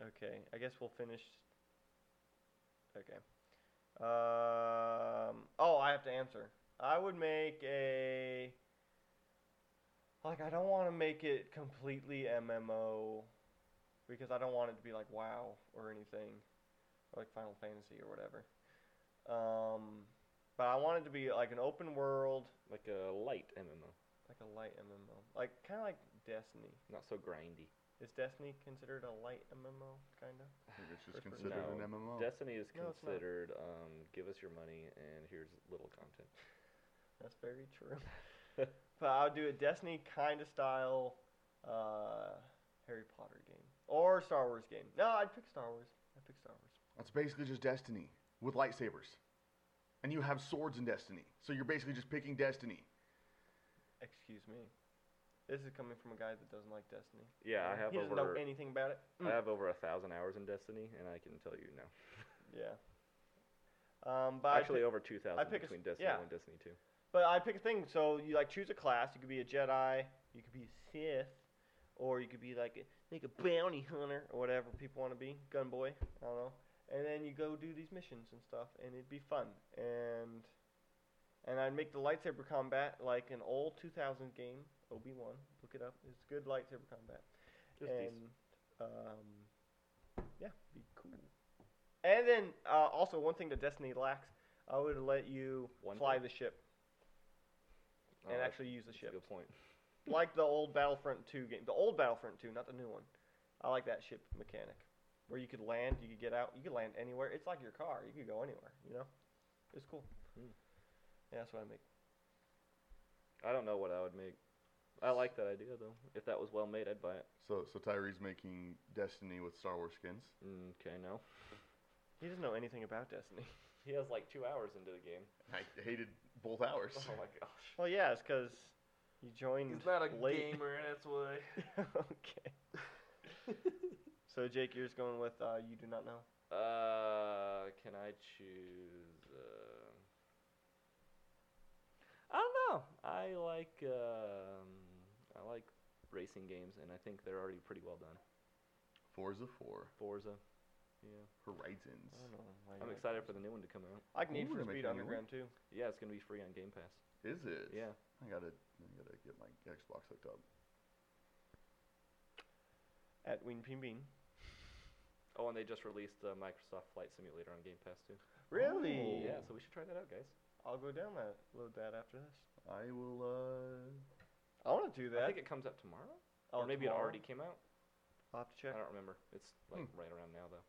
B: Okay, I guess we'll finish. Okay. Um. Oh, I have to answer. I would make a. Like, I don't want to make it completely MMO, because I don't want it to be like WoW or anything, or like Final Fantasy or whatever. Um, but I want it to be like an open world,
C: Like a light MMO.
B: like like a light MMO, like kind of like Destiny.
C: Not so grindy.
B: Is Destiny considered a light MMO, kind of?
A: I think it's
B: First
A: just
B: person.
A: considered
C: No.
A: an MMO.
C: Destiny is
B: Oh. No, it's not.
C: considered um, give us your money and here's little content.
B: That's very true. but I would do a Destiny kind of style uh, Harry Potter game or Star Wars game. No, I'd pick Star Wars. I'd pick Star Wars.
A: That's basically just Destiny with lightsabers, and you have swords in Destiny. So you're basically just picking Destiny.
B: Excuse me. This is coming from a guy that doesn't like Destiny.
C: Yeah, I have
B: He doesn't know Mm.
C: over
B: anything about it.
C: I have over a thousand hours in Destiny, and I can tell you no.
B: Mm, Yeah. Um, but
C: Actually,
B: I'd pick,
C: over two thousand
B: pick a s-
C: between Destiny
B: yeah.
C: One and Destiny Two.
B: but I pick a thing. So you like choose a class. You could be a Jedi. You could be a Sith, or you could be like a like a bounty hunter or whatever people want to be. Gun boy. I don't know. And then you go do these missions and stuff, and it'd be fun. And and I'd make the lightsaber combat like an old 2000 game, Obi Wan. Look it up. It's good lightsaber combat.
C: Just
B: and
C: decent.
B: um, yeah, be cool. And then uh, also one thing that Destiny lacks, I would let you
C: One
B: fly
C: thing.
B: the ship
C: Oh,
B: and
C: that's-
B: actually use the
C: that's a
B: ship,
C: good point.
B: like the old Battlefront 2 game, the old Battlefront 2, not the new one. I like that ship mechanic, where you could land, you could get out, you could land anywhere. It's like your car; you could go anywhere. You know, it's cool.
C: Hmm.
B: Yeah, that's what I make.
C: I don't know what I would make. I like that idea though. If that was well made, I'd buy it.
A: So so Tyree's making Destiny with Star Wars skins.
C: Mm, Okay, no.
B: He doesn't know anything about Destiny.
C: He has like two hours into the game.
A: I hated both hours.
C: Oh my gosh.
B: Well, yeah, it's because you joined late.
C: gamer, that's why.
B: okay. So Jake, yours going with uh, you do not know.
C: uh, can I choose? Uh, I don't know. I like um, I like racing games, and I think they're already pretty well done.
A: Forza 4,
C: Forza. Yeah.
A: Horizons.
C: Oh
B: I don't know. Oh, why you
C: I'm
B: like
C: excited for
B: those.
C: the new one to come out.
B: I can
A: Ooh,
B: Need
A: we're
B: for
A: gonna make
B: Speed
A: that new one.
B: Underground too.
C: Yeah, it's gonna be free on Game Pass.
A: Is it?
C: Yeah.
A: I gotta I gotta get my Xbox hooked up.
B: At Wing Ping Bean.
C: Oh, and they just released uh, Microsoft Flight Simulator on Game Pass too.
B: Really?
A: Oh.
C: Yeah, so we should try that out, guys.
B: I'll go down that load that after this.
A: I will. uh...
B: I want to do that.
C: I think it comes out tomorrow,
B: Oh,
C: or maybe
B: tomorrow? Hmm.
C: it already came out.
B: I'll have to
C: I
B: check.
C: don't remember. It's like right around now though.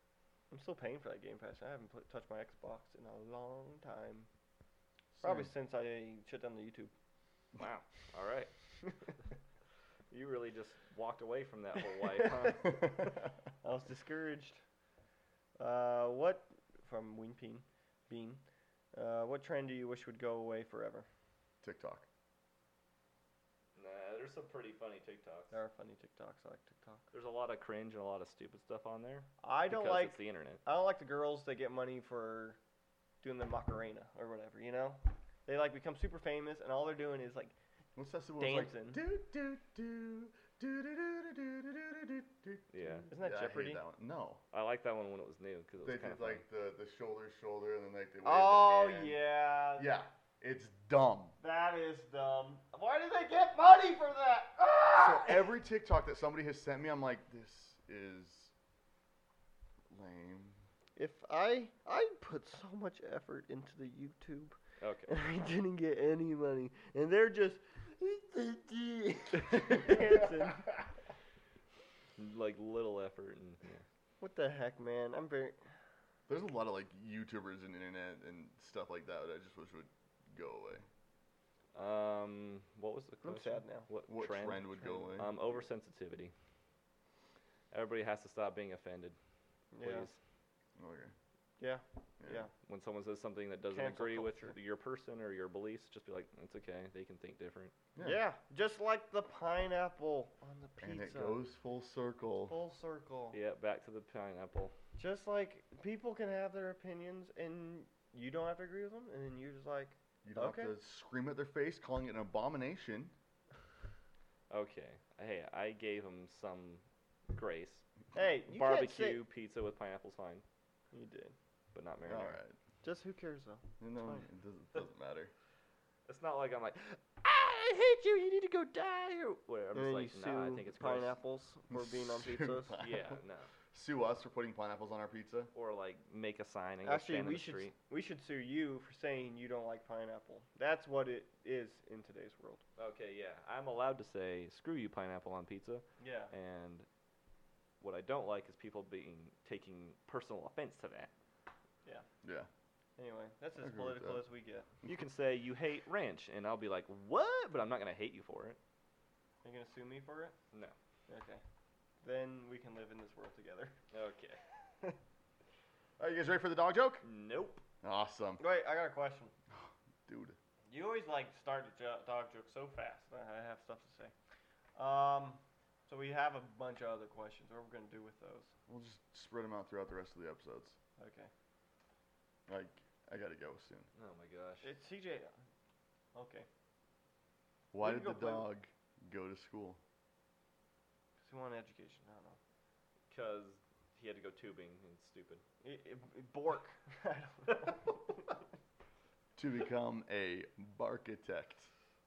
B: I'm still paying for that Game Pass. I haven't pl- touched my Xbox in a long time. Probably
A: soon.
B: since I shut down the YouTube.
C: Wow. All right. you really just walked away from that whole life, huh?
B: I was discouraged. Uh, what from Wing Ping Bean? Uh, what trend do you wish would go away forever?
A: TikTok.
C: Nah, there's some pretty funny TikToks.
B: There are funny TikToks. I like TikTok.
C: There's a lot of cringe and a lot of stupid stuff on there.
B: I don't
C: because
B: like
C: it's the internet.
B: I don't like the girls that get money for doing the Macarena or whatever, you know? They like become super famous and all they're doing is like
A: What's that? Someone was
B: Dancing.
A: like. Do do do. Do, do, do, do, do, do, do, do, do,
C: Yeah.
A: do."
B: Isn't that
A: yeah, I
B: Jeopardy?
A: hate that one. No,
C: I like that one when it was new because it
A: they
C: was kind
A: did
C: of
A: like the the shoulder shoulder and then like they. waved
B: Oh
A: their hand.
B: yeah.
A: Yeah, it's dumb.
B: That is dumb. Why do they get money for that?
A: So
B: Ah!
A: every TikTok that somebody has sent me, I'm like, this is lame.
B: if I I put so much effort into the YouTube
C: Okay.
B: and I didn't get any money and they're just dancing.
C: like little effort and yeah.
B: What the heck, man? I'm very
A: There's a lot of like YouTubers and internet and stuff like that that I just wish would go away.
C: Um, what was the
B: I'm
C: question?
B: sad now.
C: What,
A: What trend,
C: trend?
A: would go away?
B: Uh,
C: Um, oversensitivity. Everybody has to stop being offended, please.
B: Yeah.
A: okay.
B: Yeah. Yeah.
C: When someone says something that doesn't
B: Cancel
C: agree
B: culture.
C: with your person or your beliefs, just be like, "It's okay. They can think different."
A: Yeah.
B: Yeah. Just like the pineapple on the pizza.
A: And it goes full circle.
B: full circle.
C: Yeah, back to the pineapple.
B: Just like people can have their opinions and you don't have to agree with them, and then you're just like,
A: You don't
B: Okay.
A: have to scream at their face, calling it an abomination.
C: Okay. Hey, I gave him some grace.
B: hey, you Can't
C: Barbecue
B: say-
C: pizza with pineapple's fine,
B: you did.
C: but not marinara.
A: All right.
B: Just who cares though?
A: You know,
B: fine.
A: it doesn't, doesn't matter.
C: It's not like I'm like, I hate you. You need to go die or whatever. I'm
B: And then you
C: just like, nah, I
B: sue
C: think it's gross.
B: pineapples for being on
A: Sue
B: pizzas.
A: pine-
C: Yeah, no.
A: Sue us for putting pineapples on our pizza.
C: Or like make a sign and go
B: Actually,
C: stand in
B: we
C: the
B: should
C: street.
B: we should sue you for saying you don't like pineapple. That's what it is in today's world.
C: Okay, yeah. I'm allowed to say screw you, pineapple on pizza.
B: Yeah.
C: And what I don't like is people being taking personal offense to that.
A: Yeah.
B: Anyway, that's
A: I
B: as
A: agree with
B: political as
A: that.
B: we get.
C: You can say you hate ranch, and I'll be like, what? But I'm not gonna hate you for it.
B: You're gonna sue me for it?
C: No.
B: Okay. Then we can live in this world together.
C: Okay.
A: Are you guys ready for the dog joke?
C: Nope.
A: Awesome,
B: Wait, I got a question.
A: dude.
B: You always like start a jo- dog joke so fast. I I have stuff to say. Um, so we have a bunch of other questions. What are we gonna do with those?
A: We'll just spread them out throughout the rest of the episodes.
B: Okay.
A: Like, I gotta go soon.
C: Oh my gosh.
B: It's CJ. Okay.
A: Why
B: can
A: did
B: go
A: the
B: play with-
A: dog go to school?
B: Cause we want education. I don't know.
C: Because he had to go tubing and stupid.
B: I- I- I- Bork. I don't know.
A: To become a barkitect.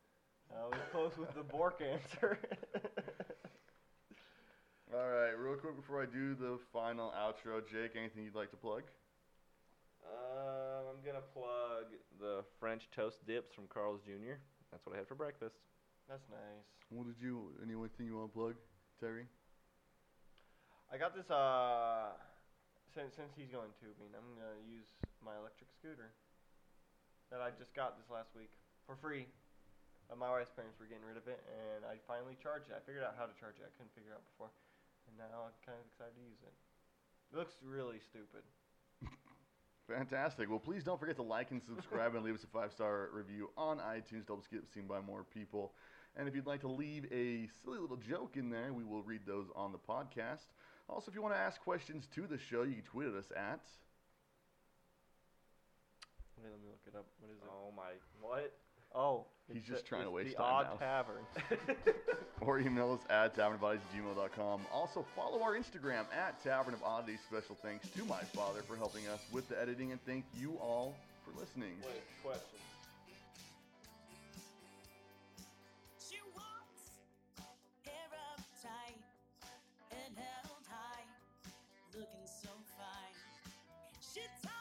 B: I was close with the Bork answer.
A: All right, real quick before I do the final outro, Jake, anything you'd like to plug?
C: Um, I'm gonna plug the French toast dips from Carl's Jr. That's what I had for breakfast.
B: That's nice.
A: What did you? Anything you want to plug, Terry?
B: I got this. Uh, since since he's going tubing, I'm gonna use my electric scooter that I just got this last week for free. Uh, my wife's parents were getting rid of it, and I finally charged it. I figured out how to charge it. I couldn't figure it out before, and now I'm kind of excited to use it. It looks really stupid.
A: Fantastic. Well, please don't forget to like and subscribe and leave us a five star review on iTunes to help us get seen by more people. And if you'd like to leave a silly little joke in there, we will read those on the podcast. Also, if you want to ask questions to the show, you can tweet at us at.
B: Wait, let me look it up. What is it?
C: Oh my, what?
B: Oh,
A: He's
B: it's
A: just
B: the-
A: trying to
B: it's
A: waste
B: the
A: time
B: Odd
A: now.
B: Tavern.
A: Or email us at tavernofoddies@gmail.com. Also, follow our Instagram at Tavern of Oddities. Special thanks to my father for helping us with the editing, and thank you all for listening.
C: Wait, question.
D: She walks, hair up tight and held high, looking so fine. She talks.